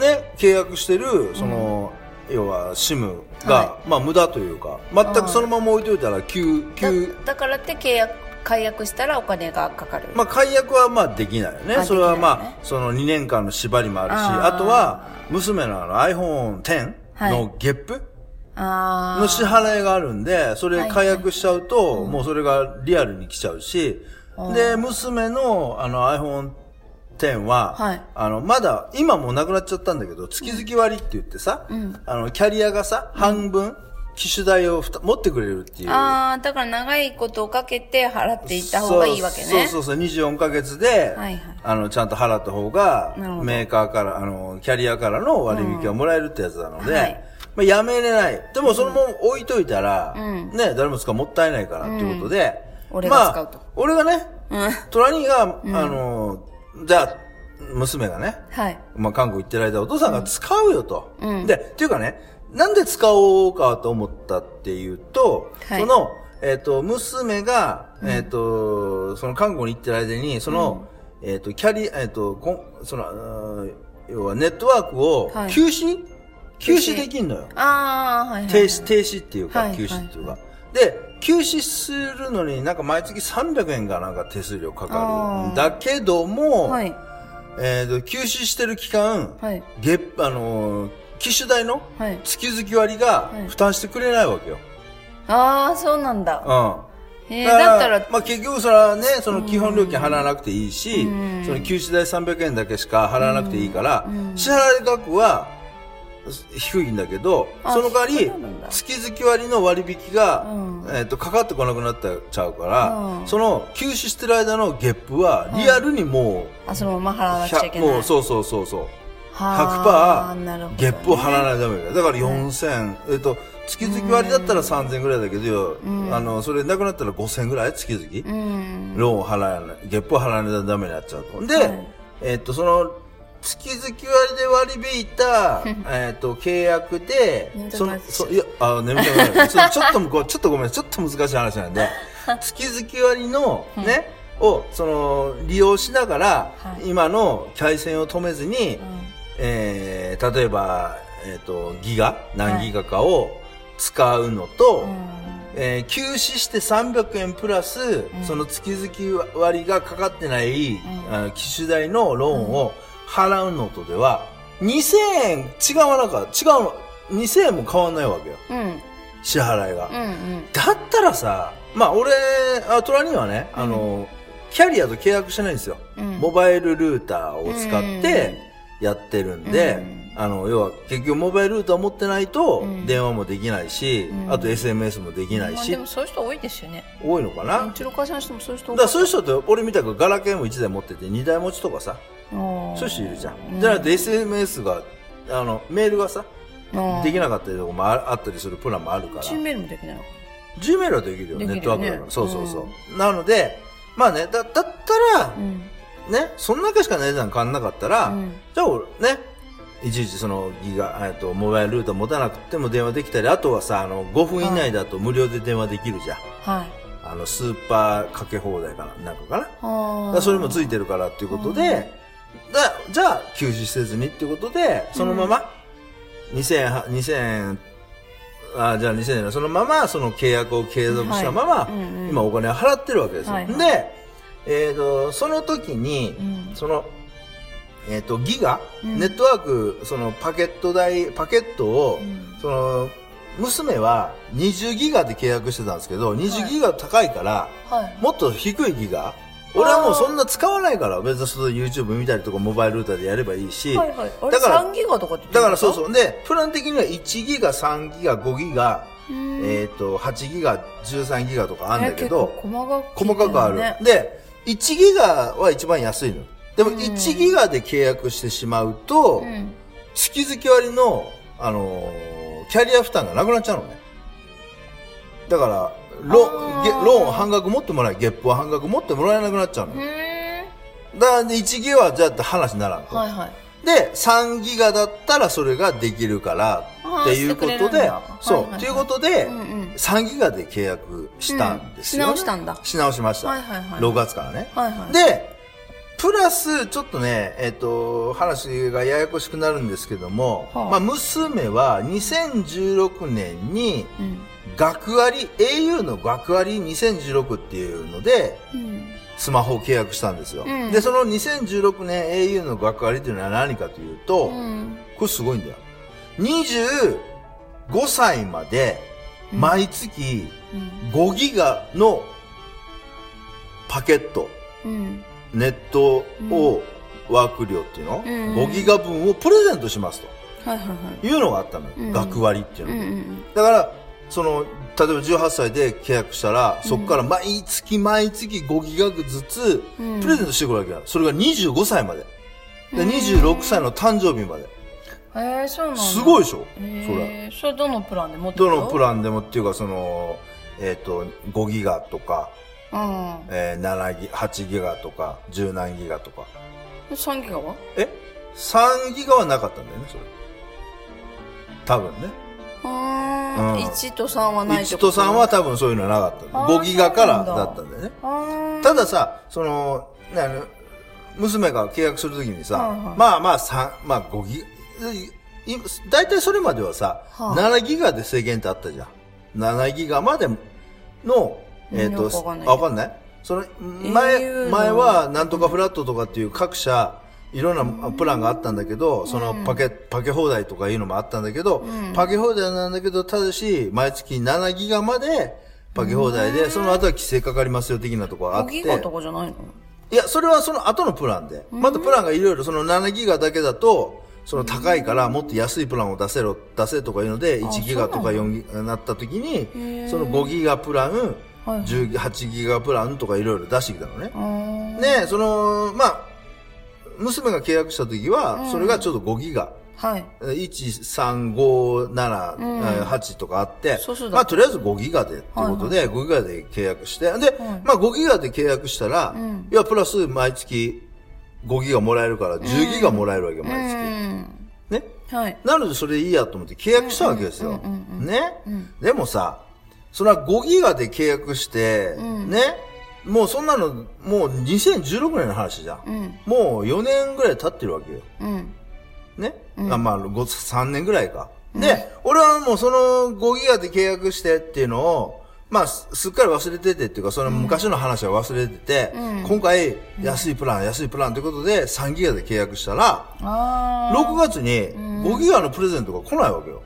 [SPEAKER 1] ん。う、ん
[SPEAKER 2] ね、契約してるその、要は SIM が、
[SPEAKER 1] は
[SPEAKER 2] まあ無駄というか全くそのまま置いといたら急
[SPEAKER 1] だ
[SPEAKER 2] 急
[SPEAKER 1] だからって契約解約したらお金がかかる、
[SPEAKER 2] まあ、解約はまあできないよね。
[SPEAKER 1] あ
[SPEAKER 2] それはまあ、
[SPEAKER 1] できないよね
[SPEAKER 2] その2年間の縛りもあるし、
[SPEAKER 1] あ
[SPEAKER 2] あ
[SPEAKER 1] ー
[SPEAKER 2] とは、娘のあの iPhone X
[SPEAKER 1] はい
[SPEAKER 2] のゲップ
[SPEAKER 1] あー
[SPEAKER 2] の支払いがあるんで、それ解約しちゃ
[SPEAKER 1] い
[SPEAKER 2] う
[SPEAKER 1] は
[SPEAKER 2] と、
[SPEAKER 1] いうん
[SPEAKER 2] もうそれがリアルに来ちゃうし
[SPEAKER 1] あ、ー
[SPEAKER 2] で、娘のあの iPhone X
[SPEAKER 1] はい
[SPEAKER 2] は、あの、まだ、今もうなくなっちゃったんだけど、月々割って言ってさ
[SPEAKER 1] ん、
[SPEAKER 2] あの、キャリアがさ、半分、機種代をふた持ってくれるっていう。
[SPEAKER 1] あーだから長いことをかけて払っていった方がいいわけね
[SPEAKER 2] そうそうそうそう、24ヶ月で、
[SPEAKER 1] はいはい
[SPEAKER 2] あの、ちゃんと払った方が
[SPEAKER 1] なるほ、ど
[SPEAKER 2] メーカーから、あの、キャリアからの割引がもらえるってやつなので、
[SPEAKER 1] はい
[SPEAKER 2] まあ、やめれない。でも、そのまま置いといたら、
[SPEAKER 1] うん
[SPEAKER 2] ね、誰も使うもったいないからっていうことで、
[SPEAKER 1] うん俺が使うと
[SPEAKER 2] まあ、俺がね、
[SPEAKER 1] うん
[SPEAKER 2] トラニーが、あの、じゃあ、娘がね、
[SPEAKER 1] はい
[SPEAKER 2] まあ、韓国行ってる間、お父さんが使うよと。
[SPEAKER 1] うん
[SPEAKER 2] で、っていうかね、なんで使おうかと思ったっていうと、
[SPEAKER 1] はい
[SPEAKER 2] その、えっ、と、娘が、えっ、と、その韓国に行ってる間に、その、えっ、と、キャリ、えっ、と、こんその、うーん要はネットワークを
[SPEAKER 1] はい
[SPEAKER 2] 休止、休
[SPEAKER 1] 休止
[SPEAKER 2] 止できんのよ。
[SPEAKER 1] ああはいはい
[SPEAKER 2] 停止、停止っていう
[SPEAKER 1] は
[SPEAKER 2] か、
[SPEAKER 1] い
[SPEAKER 2] 休止っていうか。で、休止するのになんか毎月300円かなんか手数料かか
[SPEAKER 1] あ
[SPEAKER 2] るん
[SPEAKER 1] ー
[SPEAKER 2] だけども、
[SPEAKER 1] はい
[SPEAKER 2] えっ、と、休止してる期間、
[SPEAKER 1] はい
[SPEAKER 2] 月、あのー機種代の
[SPEAKER 1] はい
[SPEAKER 2] 月々割が
[SPEAKER 1] はい
[SPEAKER 2] 負担してくれないわけよ。
[SPEAKER 1] ああそうなんだ
[SPEAKER 2] うん。
[SPEAKER 1] えー、だったら
[SPEAKER 2] まあ結局それはね、その基本料金払わなくていいし
[SPEAKER 1] う、ん
[SPEAKER 2] その休止代300円だけしか払わなくていいから
[SPEAKER 1] う、ん
[SPEAKER 2] 支払い額は低いんだけど、
[SPEAKER 1] あ
[SPEAKER 2] その代わり
[SPEAKER 1] そうなんだ、
[SPEAKER 2] 月々割の割引が
[SPEAKER 1] うん、
[SPEAKER 2] えっと、かかってこなくなっちゃうか
[SPEAKER 1] う
[SPEAKER 2] ら、
[SPEAKER 1] ん
[SPEAKER 2] その休止してる間のゲップはリアルにもう、
[SPEAKER 1] あそのまま払わなくちゃいけ
[SPEAKER 2] 100
[SPEAKER 1] ない
[SPEAKER 2] もうそうそうそうそう。
[SPEAKER 1] はあなるほど
[SPEAKER 2] 100%ゲップを張らないためだだから4000、えっと月々割だったら3000ぐらいだけど、あのそれなくなったら5000ぐらい月々、
[SPEAKER 1] うん
[SPEAKER 2] ローンを払えない、ゲップを払わないとダメになっちゃうと。で、えっと、その、月々割で割り引いた、
[SPEAKER 1] [laughs]
[SPEAKER 2] えっと、契約で
[SPEAKER 1] 眠、た
[SPEAKER 2] そ
[SPEAKER 1] くなっ
[SPEAKER 2] の、
[SPEAKER 1] てきた
[SPEAKER 2] そいや、あ、眠たく
[SPEAKER 1] [laughs]
[SPEAKER 2] ない。そのちょっと向こう、ちょっとごめん、ちょっと難しい話なんで、月々割の、ね、を、その、利用しながら、
[SPEAKER 1] はい
[SPEAKER 2] 今の回線を止めずに、
[SPEAKER 1] うん
[SPEAKER 2] えー例えば、えっ、と、ギガ、何ギガかを使うのと、えー休止して300円プラス、その月々割がかかってない、あの機種代のローンを払うのとでは、2000円違わなか違うの、2000円も変わんないわけよ。
[SPEAKER 1] うん
[SPEAKER 2] 支払いが。
[SPEAKER 1] うんうん
[SPEAKER 2] だったらさ、まあ俺、アトラにはね、あの、キャリアと契約してないんですよ。
[SPEAKER 1] うん
[SPEAKER 2] モバイルルーターを使っ
[SPEAKER 1] うん
[SPEAKER 2] てやってるんで、あの、要は結局モバイルルーター持ってないと
[SPEAKER 1] ん
[SPEAKER 2] 電話もできないし、
[SPEAKER 1] ん
[SPEAKER 2] あと SMS もできない
[SPEAKER 1] まあ
[SPEAKER 2] し
[SPEAKER 1] で、もそういう人多いですよね
[SPEAKER 2] 多いのか
[SPEAKER 1] う
[SPEAKER 2] な。
[SPEAKER 1] ちの会社の人もそういう人多
[SPEAKER 2] だ
[SPEAKER 1] い
[SPEAKER 2] からそういう人って俺みたくガラケーも1台持ってて2台持ちとかさ、
[SPEAKER 1] うん
[SPEAKER 2] そういう人いるじゃん。じゃなくて SMS が、あの、メールがさ、
[SPEAKER 1] うん
[SPEAKER 2] できなかったりとかもああったりするプランもあるから。
[SPEAKER 1] チームメールもできないの
[SPEAKER 2] G メールはできるよ、
[SPEAKER 1] できるよね
[SPEAKER 2] ネットワークだから。そうそうそう。なので、まあね、だ、だったら、
[SPEAKER 1] うん
[SPEAKER 2] ね、そんだけしか値段変わんなかったら、
[SPEAKER 1] うん
[SPEAKER 2] じゃあ俺、ね、いちいちそのギガ、えっと、モバイルルート持たなくても電話できたり、あとはさ、あの、5分以内だと無料で電話できるじゃん。
[SPEAKER 1] はい
[SPEAKER 2] あの、スーパーかけ放題かな、なんかかな。だ
[SPEAKER 1] あ
[SPEAKER 2] からそれもついてるからっていうことで、だじゃあ休止せずにっていうことで、そのまま、2000円は、2000円、あじゃあ2000円だ、そのままその契約を継続したまま、
[SPEAKER 1] はいうんうん
[SPEAKER 2] 今お金を払ってるわけですよ。
[SPEAKER 1] はいはい
[SPEAKER 2] で、えっ、と、その時に、
[SPEAKER 1] うん
[SPEAKER 2] その、えっ、と、ギガ、
[SPEAKER 1] うん
[SPEAKER 2] ネットワーク、そのパケット代、パケットを、
[SPEAKER 1] うん
[SPEAKER 2] その、娘は20ギガで契約してたんですけど、20ギガ高いから、
[SPEAKER 1] はい
[SPEAKER 2] もっと低いギガ俺はもうそんな使わないから、別にその YouTube 見たりとかモバイルルーターでやればいいし、
[SPEAKER 1] はいはいあれ
[SPEAKER 2] だから
[SPEAKER 1] 3ギガとかって言って
[SPEAKER 2] だ
[SPEAKER 1] た
[SPEAKER 2] からそうそう。で、プラン的には1ギガ、3ギガ、5ギガ、えっ、と、8ギガ、13ギガとかあるんだけど、
[SPEAKER 1] え結構細かく聞い
[SPEAKER 2] 細
[SPEAKER 1] て
[SPEAKER 2] かくある。で、1ギガは一番安いの。でも1ギガで契約してしまうと、
[SPEAKER 1] うん
[SPEAKER 2] 月々割の、あのーキャリア負担がなくなっちゃうのね。だから、ローンゲローン半額持ってもらえ、月報半額持ってもらえなくなっちゃうの。
[SPEAKER 1] う
[SPEAKER 2] だか
[SPEAKER 1] ーん
[SPEAKER 2] ら、1ギガはじゃあって話にならんと。
[SPEAKER 1] はいはい
[SPEAKER 2] で、3ギガだったらそれができるから
[SPEAKER 1] あー、
[SPEAKER 2] っていうこ
[SPEAKER 1] してく
[SPEAKER 2] と
[SPEAKER 1] れるん
[SPEAKER 2] で
[SPEAKER 1] だ、
[SPEAKER 2] そ
[SPEAKER 1] は
[SPEAKER 2] う
[SPEAKER 1] いはいは、い
[SPEAKER 2] ということで
[SPEAKER 1] うんうん、
[SPEAKER 2] 3ギガで契約したんですよね。
[SPEAKER 1] うんし直したんだ
[SPEAKER 2] し直しました。
[SPEAKER 1] はいはいはい
[SPEAKER 2] 6月からね。
[SPEAKER 1] はいはい
[SPEAKER 2] で、プラス、ちょっとね、えっ、と、話がややこしくなるんですけども、
[SPEAKER 1] はあ
[SPEAKER 2] まあ、娘は2016年に、
[SPEAKER 1] うん
[SPEAKER 2] 学割、au の学割2016っていうので、
[SPEAKER 1] うん
[SPEAKER 2] スマホを契約したんですよ。
[SPEAKER 1] うん
[SPEAKER 2] で、その2016年 au の学割というのは何かというと、
[SPEAKER 1] うん
[SPEAKER 2] これすごいんだよ。25歳まで、毎月
[SPEAKER 1] うん
[SPEAKER 2] 5ギガのパケット、
[SPEAKER 1] うん
[SPEAKER 2] ネットを、ワーク量っていうの、
[SPEAKER 1] ん
[SPEAKER 2] ?5 ギガ分をプレゼントします
[SPEAKER 1] はいはいはい
[SPEAKER 2] というのがあったのよ。
[SPEAKER 1] うん
[SPEAKER 2] 学割っていうの
[SPEAKER 1] う
[SPEAKER 2] が
[SPEAKER 1] んうん
[SPEAKER 2] だから、その、例えば18歳で契約したら、そこから毎月毎月5ギガずつ、
[SPEAKER 1] うん
[SPEAKER 2] プレゼントしてくるわけだ。それが25歳まで。で、26歳の誕生日まで。
[SPEAKER 1] うんへえそうなんだ
[SPEAKER 2] すごいでしょそれ。
[SPEAKER 1] へえそれどのプランで持って
[SPEAKER 2] どのプ
[SPEAKER 1] ラ
[SPEAKER 2] ランでもっていうか、その、えっ、と、5ギガとか、
[SPEAKER 1] ン
[SPEAKER 2] えー、7ギ、8ギガとか、10何ギガと
[SPEAKER 1] う
[SPEAKER 2] か。
[SPEAKER 1] ん3ギガは
[SPEAKER 2] え ?3 ギガはなかったんだよね、それ。多分ね。
[SPEAKER 1] あ
[SPEAKER 2] うん
[SPEAKER 1] ー1と3はないってこ
[SPEAKER 2] 1
[SPEAKER 1] と
[SPEAKER 2] と3は多分そういうのはなかった。
[SPEAKER 1] あー
[SPEAKER 2] 5ギガから
[SPEAKER 1] そう
[SPEAKER 2] だ
[SPEAKER 1] なんだ
[SPEAKER 2] ったんだよね。
[SPEAKER 1] あー
[SPEAKER 2] たださ、その、ね、あの娘が契約するときにさ、
[SPEAKER 1] はいはい
[SPEAKER 2] まあまあ三まあ5ギい大体それまではさ、
[SPEAKER 1] はい
[SPEAKER 2] 7ギガで制限ってあったじゃん。7ギガまでの、えっ、
[SPEAKER 1] よく
[SPEAKER 2] と、
[SPEAKER 1] わかんないけど
[SPEAKER 2] あわかんないその、前、
[SPEAKER 1] au の
[SPEAKER 2] 前はなんとかフラットとかっていう各社、いろんなプランがあったんだけど、そのパケ、パケ放題とかいうのもあったんだけど、パケ放題なんだけど、ただし、毎月7ギガまで、パケ放題で、その後は規制かかりますよ的なとこがあっ
[SPEAKER 1] 5
[SPEAKER 2] て。
[SPEAKER 1] ギガとかじゃないの
[SPEAKER 2] いや、それはその後のプランで。またプランがいろいろ、その7ギガだけだと、その高いからもっと安いプランを出せろ、出せとかいうので、1ギガとか4ギガになった時に、その5ギガプラン、
[SPEAKER 1] はいはい
[SPEAKER 2] 10 8ギガプランとかいろいろ出してきたのね。
[SPEAKER 1] あー
[SPEAKER 2] ねその、まあ、娘が契約した時は、それがちょっと5ギガ。
[SPEAKER 1] はい。
[SPEAKER 2] 13578とかあって
[SPEAKER 1] そうそう、だ
[SPEAKER 2] まあとりあえず5ギガでってことで、5ギガで契約して、で、まあ5ギガで契約したら、いや、プラス毎月5ギガもらえるから10ギガもらえるわけよ、毎月。
[SPEAKER 1] うん。
[SPEAKER 2] ね。
[SPEAKER 1] はい。
[SPEAKER 2] なのでそれいいやと思って契約したわけですよ。ね。でもさ、それは5ギガで契約して、ね。もうそんなの、もう2016年の話じゃん。
[SPEAKER 1] うん。
[SPEAKER 2] もう4年ぐらい経ってるわけよ。
[SPEAKER 1] うん。
[SPEAKER 2] ね。あまあ、ご3年ぐらいか。で、俺はもうその5ギガで契約してっていうのを、まあ、すすっかり忘れててっていうか、その昔の話は忘れてて、今回、安いプラン、安いプランということで、3ギガで契約したら、
[SPEAKER 1] あ
[SPEAKER 2] 6月に5ギガのプレゼントが来ないわけよ。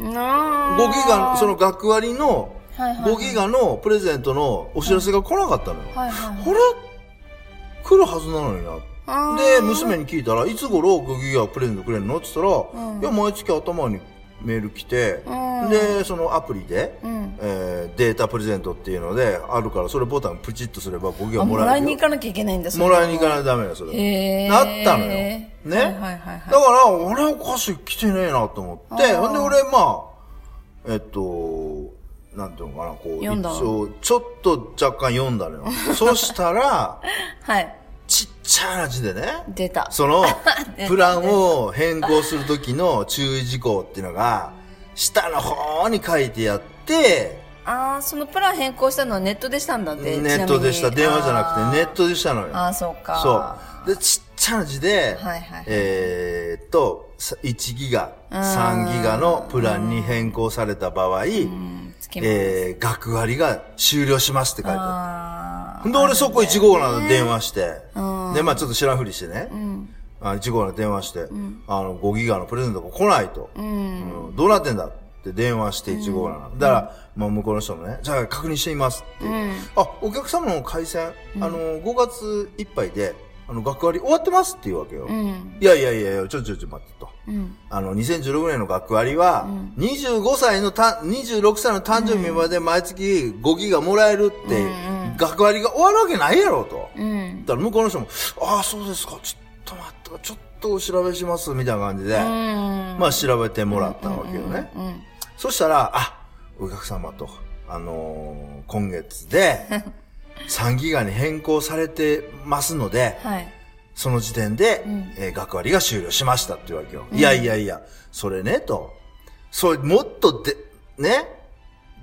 [SPEAKER 1] あ。なあ。
[SPEAKER 2] 5ギガ、その学割の、
[SPEAKER 1] はいはいはい
[SPEAKER 2] 5ギガのプレゼントのお知らせが来なかったのよ。
[SPEAKER 1] はいはい。
[SPEAKER 2] これ、来るはずなのにな。
[SPEAKER 1] あ
[SPEAKER 2] で、娘に聞いたら、いつ頃5ギガプレゼントくれるのって言ったら、いや、毎月頭にメール来て、
[SPEAKER 1] うん
[SPEAKER 2] で、そのアプリで、
[SPEAKER 1] ん
[SPEAKER 2] えーデータプレゼントっていうので、あるから、それボタンプチッとすれば5ギ
[SPEAKER 1] あ
[SPEAKER 2] ガ
[SPEAKER 1] も
[SPEAKER 2] も
[SPEAKER 1] ら
[SPEAKER 2] ら
[SPEAKER 1] い
[SPEAKER 2] える
[SPEAKER 1] に
[SPEAKER 2] よ
[SPEAKER 1] 行。かなきゃいけないんだ、それ
[SPEAKER 2] もらいに行かないとダメだよ、それ。
[SPEAKER 1] へー
[SPEAKER 2] なったのよ。ね。
[SPEAKER 1] はいはいはいはい
[SPEAKER 2] だから、俺お菓子来てねえなと思って、ほんで俺、まあ、えっと、なんていうのかな、こう、
[SPEAKER 1] 読んだの
[SPEAKER 2] 一応、ちょっと若干読んだのよ。そしたら、
[SPEAKER 1] はい。
[SPEAKER 2] ちっちゃな字でね、
[SPEAKER 1] 出た。
[SPEAKER 2] そ
[SPEAKER 1] [laughs]
[SPEAKER 2] の、プランを変更するときの注意事項っていうのが、下の方に書いてやって、
[SPEAKER 1] ああ、そのプラン変更したのはネットでしたんだって。
[SPEAKER 2] ネットでした。
[SPEAKER 1] ちみ
[SPEAKER 2] 電
[SPEAKER 1] に
[SPEAKER 2] 話じゃなくてネットでしたのよ。
[SPEAKER 1] あーあー、そうか。
[SPEAKER 2] そう。で、ちっちゃな字で、
[SPEAKER 1] はいはい
[SPEAKER 2] えーっと、さ1ギガ、
[SPEAKER 1] ん
[SPEAKER 2] 3ギガのプランに変更された場合、
[SPEAKER 1] うん。つけます。
[SPEAKER 2] えー、学割が終了しますって書いてあ
[SPEAKER 1] あ
[SPEAKER 2] る。で、俺そこ1号なの電話して、
[SPEAKER 1] うん
[SPEAKER 2] で、まあちょっと知らんふりしてね、あ1号な電話して、あの、5ギガのプレゼントが来ないと。
[SPEAKER 1] あ。うん。
[SPEAKER 2] うんどうなってんだって電話して1号なの。だから、まあ向こうの人もね、じゃあ確認してみますって言って。あ、お客様の回線、あの、5月いっぱいで、あの、学割終わってますっていうわけよ。
[SPEAKER 1] うん。
[SPEAKER 2] いやいやいやいや、ちょちょちょ待ってと。
[SPEAKER 1] うん。
[SPEAKER 2] あの、2016年の学割は、25歳のた、26歳の誕生日まで毎月5ギガもらえるって、学割が終わるわけないやろと。
[SPEAKER 1] うん。
[SPEAKER 2] だから向こうの人も、ああ、そうですか、ちょっと待って、ちょっとお調べします、みたいな感じで、
[SPEAKER 1] うん。
[SPEAKER 2] まあ調べてもらったわけよね。
[SPEAKER 1] うん。
[SPEAKER 2] そしたら、あ、お客様と、あのー今月で、3ギガに変更されてますので、
[SPEAKER 1] はい。
[SPEAKER 2] その時点で、えー学割が終了しましたって言うわけよ。いやいやいや、それね、と。それ、もっとで、ね、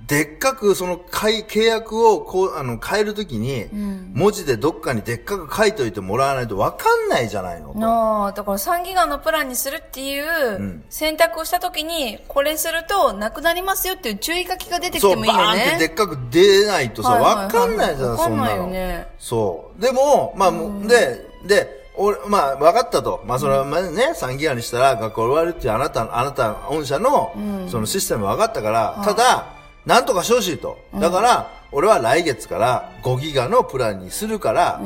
[SPEAKER 2] でっかくその買い契約をこう、あの、変えるときに、文字でどっかにでっかく書いといてもらわないとわかんないじゃないのと。
[SPEAKER 1] なあ、だから3ギガのプランにするっていうん選択をしたときに、これするとなくなりますよっていう注意書きが出てき
[SPEAKER 2] そ
[SPEAKER 1] て
[SPEAKER 2] う、
[SPEAKER 1] も
[SPEAKER 2] バ
[SPEAKER 1] いいよ
[SPEAKER 2] ーン
[SPEAKER 1] ね。
[SPEAKER 2] ってでっかく出ないとさ、
[SPEAKER 1] はいはいはい
[SPEAKER 2] わかんないじゃん、
[SPEAKER 1] わ
[SPEAKER 2] そ
[SPEAKER 1] か
[SPEAKER 2] ん
[SPEAKER 1] ん
[SPEAKER 2] な
[SPEAKER 1] ない
[SPEAKER 2] の。
[SPEAKER 1] よね
[SPEAKER 2] そう。でも、まあ、で、で、俺、まあ、わかったと。まあ、それはまあね、3ギガにしたら学校終わるっていうあなた、あなた、御社の、そのシステムわかったから、ただ、なんとかしてほしいと。だから、俺は来月から5ギガのプランにするから、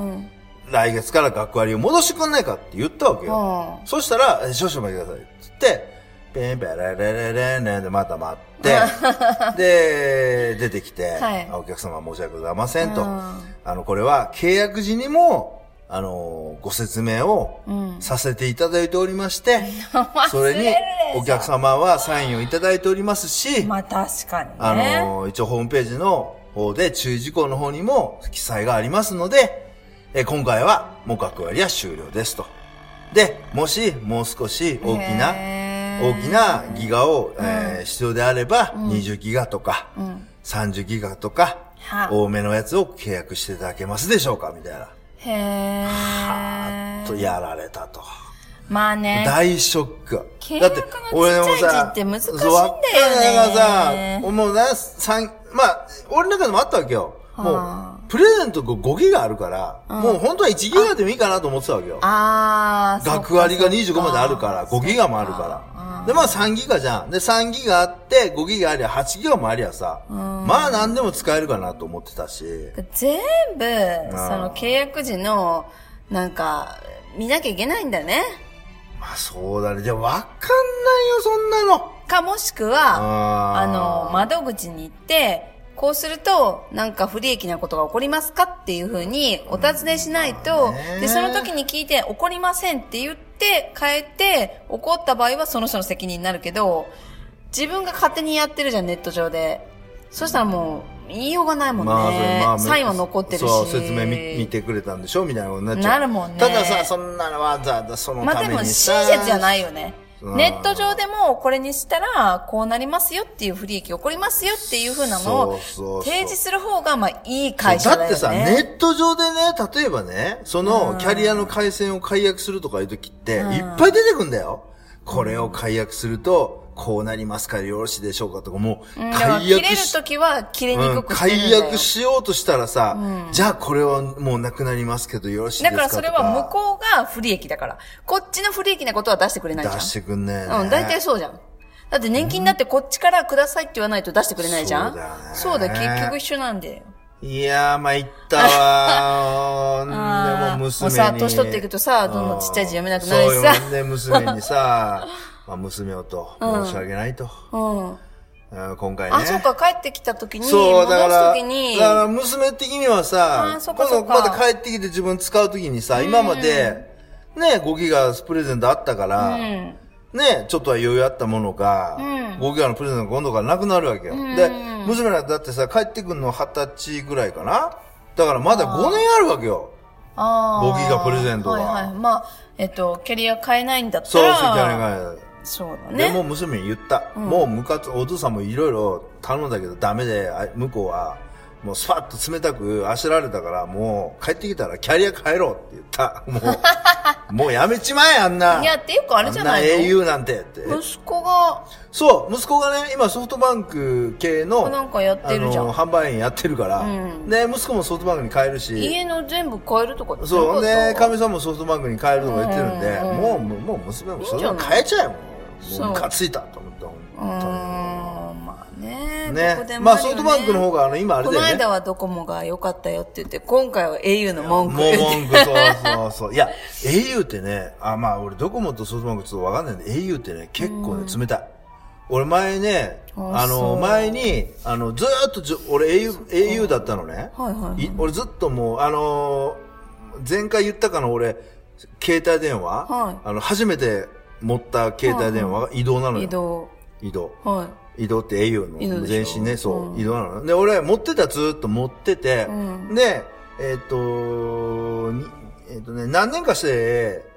[SPEAKER 2] 来月から学割を戻してくんないかって言ったわけよ。
[SPEAKER 1] う
[SPEAKER 2] そしたら、え少々お待ちください。つって、ペンペラレレレレンでまた待って、で、出てきて、
[SPEAKER 1] はい
[SPEAKER 2] お客様申し訳ございませんと。
[SPEAKER 1] うん
[SPEAKER 2] あの、これは契約時にも、あの、ご説明を
[SPEAKER 1] うん
[SPEAKER 2] させていただいておりまして、それ
[SPEAKER 1] 忘れる
[SPEAKER 2] に
[SPEAKER 1] でしょ
[SPEAKER 2] お客様はサインをいただいておりますし、
[SPEAKER 1] まあ確かにね。
[SPEAKER 2] あの、一応ホームページの方で注意事項の方にも記載がありますので、えー今回はもう学割は終了ですと。で、もしもう少し大きな、
[SPEAKER 1] へー
[SPEAKER 2] 大きなギガを、えー必要であれば、20ギガとか、30ギガとか、
[SPEAKER 1] は
[SPEAKER 2] 多めのやつを契約していただけますでしょうかみたいな。
[SPEAKER 1] へえ。
[SPEAKER 2] と、やられたと。
[SPEAKER 1] まあね。
[SPEAKER 2] 大ショック。
[SPEAKER 1] 契約のちっちゃい字って難しいんだよね
[SPEAKER 2] そうわかんないからさ、もうな、三、まあ、俺の中でもあったわけよ。も
[SPEAKER 1] は
[SPEAKER 2] う、プレゼントが5ギガあるから、もう本当は1ギガでもいいかなと思ってたわけよ。
[SPEAKER 1] ああ、
[SPEAKER 2] 学割が25まである
[SPEAKER 1] ら。
[SPEAKER 2] から、5ギガもあるから。で、まあ3ギガじゃん。で、3ギガあって、5ギガありゃ、8ギガもありゃさ、まあ何でも使えるかなと思ってたし。
[SPEAKER 1] 全部、そ
[SPEAKER 2] ー
[SPEAKER 1] の契約時の、なんか、見なきゃいけないんだね。
[SPEAKER 2] まあそうだね。じゃあわかんないよ、そんなの。
[SPEAKER 1] か、もしくは、
[SPEAKER 2] あー
[SPEAKER 1] あの、窓口に行って、こうすると、なんか不利益なことが起こりますかっていうふうにお尋ねしないと、
[SPEAKER 2] ね
[SPEAKER 1] で、その時に聞いて、起こりませんって言って、変えて、起こった場合はその人の責任になるけど、自分が勝手にやってるじゃん、ネット上で。そしたらもう、言いようがないもんね。
[SPEAKER 2] まあそれまあ
[SPEAKER 1] サインは残ってるし。
[SPEAKER 2] そう説明み見てくれたんでしょみたいなことになっちゃう
[SPEAKER 1] なるもんね
[SPEAKER 2] たださそんなのわざわざその
[SPEAKER 1] まあ
[SPEAKER 2] た
[SPEAKER 1] で
[SPEAKER 2] め
[SPEAKER 1] も
[SPEAKER 2] に
[SPEAKER 1] 親
[SPEAKER 2] さ、
[SPEAKER 1] 切じゃ
[SPEAKER 2] い
[SPEAKER 1] ないよね。
[SPEAKER 2] うん
[SPEAKER 1] ネット上でもこれにしたらこうなりますよっていう不利益起こりますよっていう風なの
[SPEAKER 2] そう
[SPEAKER 1] を
[SPEAKER 2] そうそう
[SPEAKER 1] 提示する方がまあいい会社だよ
[SPEAKER 2] だ
[SPEAKER 1] ね。
[SPEAKER 2] ってさ、ネット上でね、例えばね、そのキャリアの回線を解約するとかいう時って、いっぱい出てくんだよ。これを解約すると、こうなりますからよろしいでしょうかとか、もう、
[SPEAKER 1] うんだから
[SPEAKER 2] 解
[SPEAKER 1] 切れる
[SPEAKER 2] 約し、
[SPEAKER 1] 時は切れにく
[SPEAKER 2] うん
[SPEAKER 1] くしてるんだ
[SPEAKER 2] 解
[SPEAKER 1] よ、
[SPEAKER 2] 約しようとしたらさ、じゃあこれはもうなくなりますけどよろしいで
[SPEAKER 1] だ
[SPEAKER 2] す
[SPEAKER 1] か
[SPEAKER 2] からとか
[SPEAKER 1] それは向こうが不利益だから。こっちの不利益なことは出してくれないじゃん。
[SPEAKER 2] 出してくんねえね
[SPEAKER 1] うん、大体そうじゃん。だって年金だってこっちからくださいって言わないと出してくれないじゃん。
[SPEAKER 2] そうだよね
[SPEAKER 1] そうだよ結局一緒なんだよ。
[SPEAKER 2] いやー、参った
[SPEAKER 1] [laughs]
[SPEAKER 2] わー。でも
[SPEAKER 1] あー
[SPEAKER 2] う娘に。
[SPEAKER 1] もうさ年取っていくとさどんどんちっちゃい字読めなくなるしさ
[SPEAKER 2] うんそうよで、娘
[SPEAKER 1] [laughs]
[SPEAKER 2] にさ、まあ、娘をと、申し訳ないと。
[SPEAKER 1] うん。
[SPEAKER 2] うん今回ね。
[SPEAKER 1] あ、そうか、帰ってきた時に、
[SPEAKER 2] そう、
[SPEAKER 1] 戻
[SPEAKER 2] だか
[SPEAKER 1] す
[SPEAKER 2] ら、
[SPEAKER 1] 時に、
[SPEAKER 2] だから娘的には
[SPEAKER 1] あ
[SPEAKER 2] さ
[SPEAKER 1] ー、そっか
[SPEAKER 2] 今
[SPEAKER 1] そ
[SPEAKER 2] 度
[SPEAKER 1] っか
[SPEAKER 2] また帰ってきて自分使う時にさ、今まで、ね、5ギガプレゼントあったから、
[SPEAKER 1] うん。
[SPEAKER 2] ね、ちょっとは余裕あったものが、
[SPEAKER 1] ん
[SPEAKER 2] 5ギガのプレゼントが今度からなくなるわけよ。
[SPEAKER 1] ん
[SPEAKER 2] で、娘らだってさ、帰ってくんの二十歳ぐらいかなだからまだ5年あるわけよ。
[SPEAKER 1] ああ。
[SPEAKER 2] 5ギガプレゼントが
[SPEAKER 1] はいはい。まあ、えっと、キャリア変えないんだった
[SPEAKER 2] そうそう、
[SPEAKER 1] ら、
[SPEAKER 2] キャリアが。
[SPEAKER 1] そうだ
[SPEAKER 2] でも
[SPEAKER 1] ね。
[SPEAKER 2] 娘に言った。もうムカつ、お父さんもいろいろ頼んだけどダメで、あ向こうは、もうスパッと冷たくあしらわれたから、もう帰ってきたらキャリア変えろって言った。
[SPEAKER 1] [laughs]
[SPEAKER 2] もう、もうやめちまえ、あんな。
[SPEAKER 1] いや、っていうかあれじゃない
[SPEAKER 2] あんな英
[SPEAKER 1] の
[SPEAKER 2] 雄なんてって。
[SPEAKER 1] 息子が、
[SPEAKER 2] そう、息子がね、今ソフトバンク系の、
[SPEAKER 1] なんかやってるじゃん
[SPEAKER 2] あの販売員やってるから、
[SPEAKER 1] うん
[SPEAKER 2] ね、息子もソフトバンクに変えるし。
[SPEAKER 1] 家の全部変えるとかってな
[SPEAKER 2] そ
[SPEAKER 1] か
[SPEAKER 2] う
[SPEAKER 1] った
[SPEAKER 2] ね、かみさんもソフトバンクに変えるとか言ってるんで、
[SPEAKER 1] うんうん
[SPEAKER 2] もう、もうもう娘も
[SPEAKER 1] いい
[SPEAKER 2] そ
[SPEAKER 1] ん
[SPEAKER 2] れ
[SPEAKER 1] じゃない
[SPEAKER 2] 変えちゃえもう。
[SPEAKER 1] そう
[SPEAKER 2] もうムカついたと思った、
[SPEAKER 1] うーん
[SPEAKER 2] 本、
[SPEAKER 1] まあね。
[SPEAKER 2] 当に。
[SPEAKER 1] どこで
[SPEAKER 2] ね。
[SPEAKER 1] も
[SPEAKER 2] まあ
[SPEAKER 1] るよ
[SPEAKER 2] ソ
[SPEAKER 1] ね
[SPEAKER 2] フトバンクの方が、あの、今あれ
[SPEAKER 1] こ
[SPEAKER 2] だ
[SPEAKER 1] の
[SPEAKER 2] よね
[SPEAKER 1] 間。はドコモが良かったよって言って、今回は au の文句
[SPEAKER 2] もう
[SPEAKER 1] 言って
[SPEAKER 2] 文句、そうそうそう。いや、au ってね、あ、まあ俺ドコモとソフトバンクちょっとわかんないんで、au ってね、結構ね、冷たい。俺前ね、
[SPEAKER 1] あ
[SPEAKER 2] あ
[SPEAKER 1] そ
[SPEAKER 2] の、
[SPEAKER 1] う
[SPEAKER 2] 前に、あの、ずーっとじょ、俺 au、au だったのね。
[SPEAKER 1] はいはい
[SPEAKER 2] い俺ずっともう、あのー前回言ったかな、俺、携帯電話、
[SPEAKER 1] はい
[SPEAKER 2] あの、初めて持った携帯電話が移動なのよ。
[SPEAKER 1] 移動。
[SPEAKER 2] 移動。
[SPEAKER 1] は
[SPEAKER 2] 移動って au
[SPEAKER 1] 移動
[SPEAKER 2] の
[SPEAKER 1] でし
[SPEAKER 2] 全
[SPEAKER 1] ょ
[SPEAKER 2] 身ね、そう、
[SPEAKER 1] うん
[SPEAKER 2] 移動なの。で、俺持ってた、ずーっと持ってて、
[SPEAKER 1] うん
[SPEAKER 2] で、えっ、とにえっ、とね、何年かして、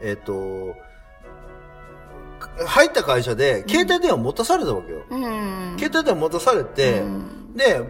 [SPEAKER 2] えっ、と入った会社で、携帯電話持たされたわけよ。
[SPEAKER 1] い。うん。
[SPEAKER 2] 携帯電話持たされて、で、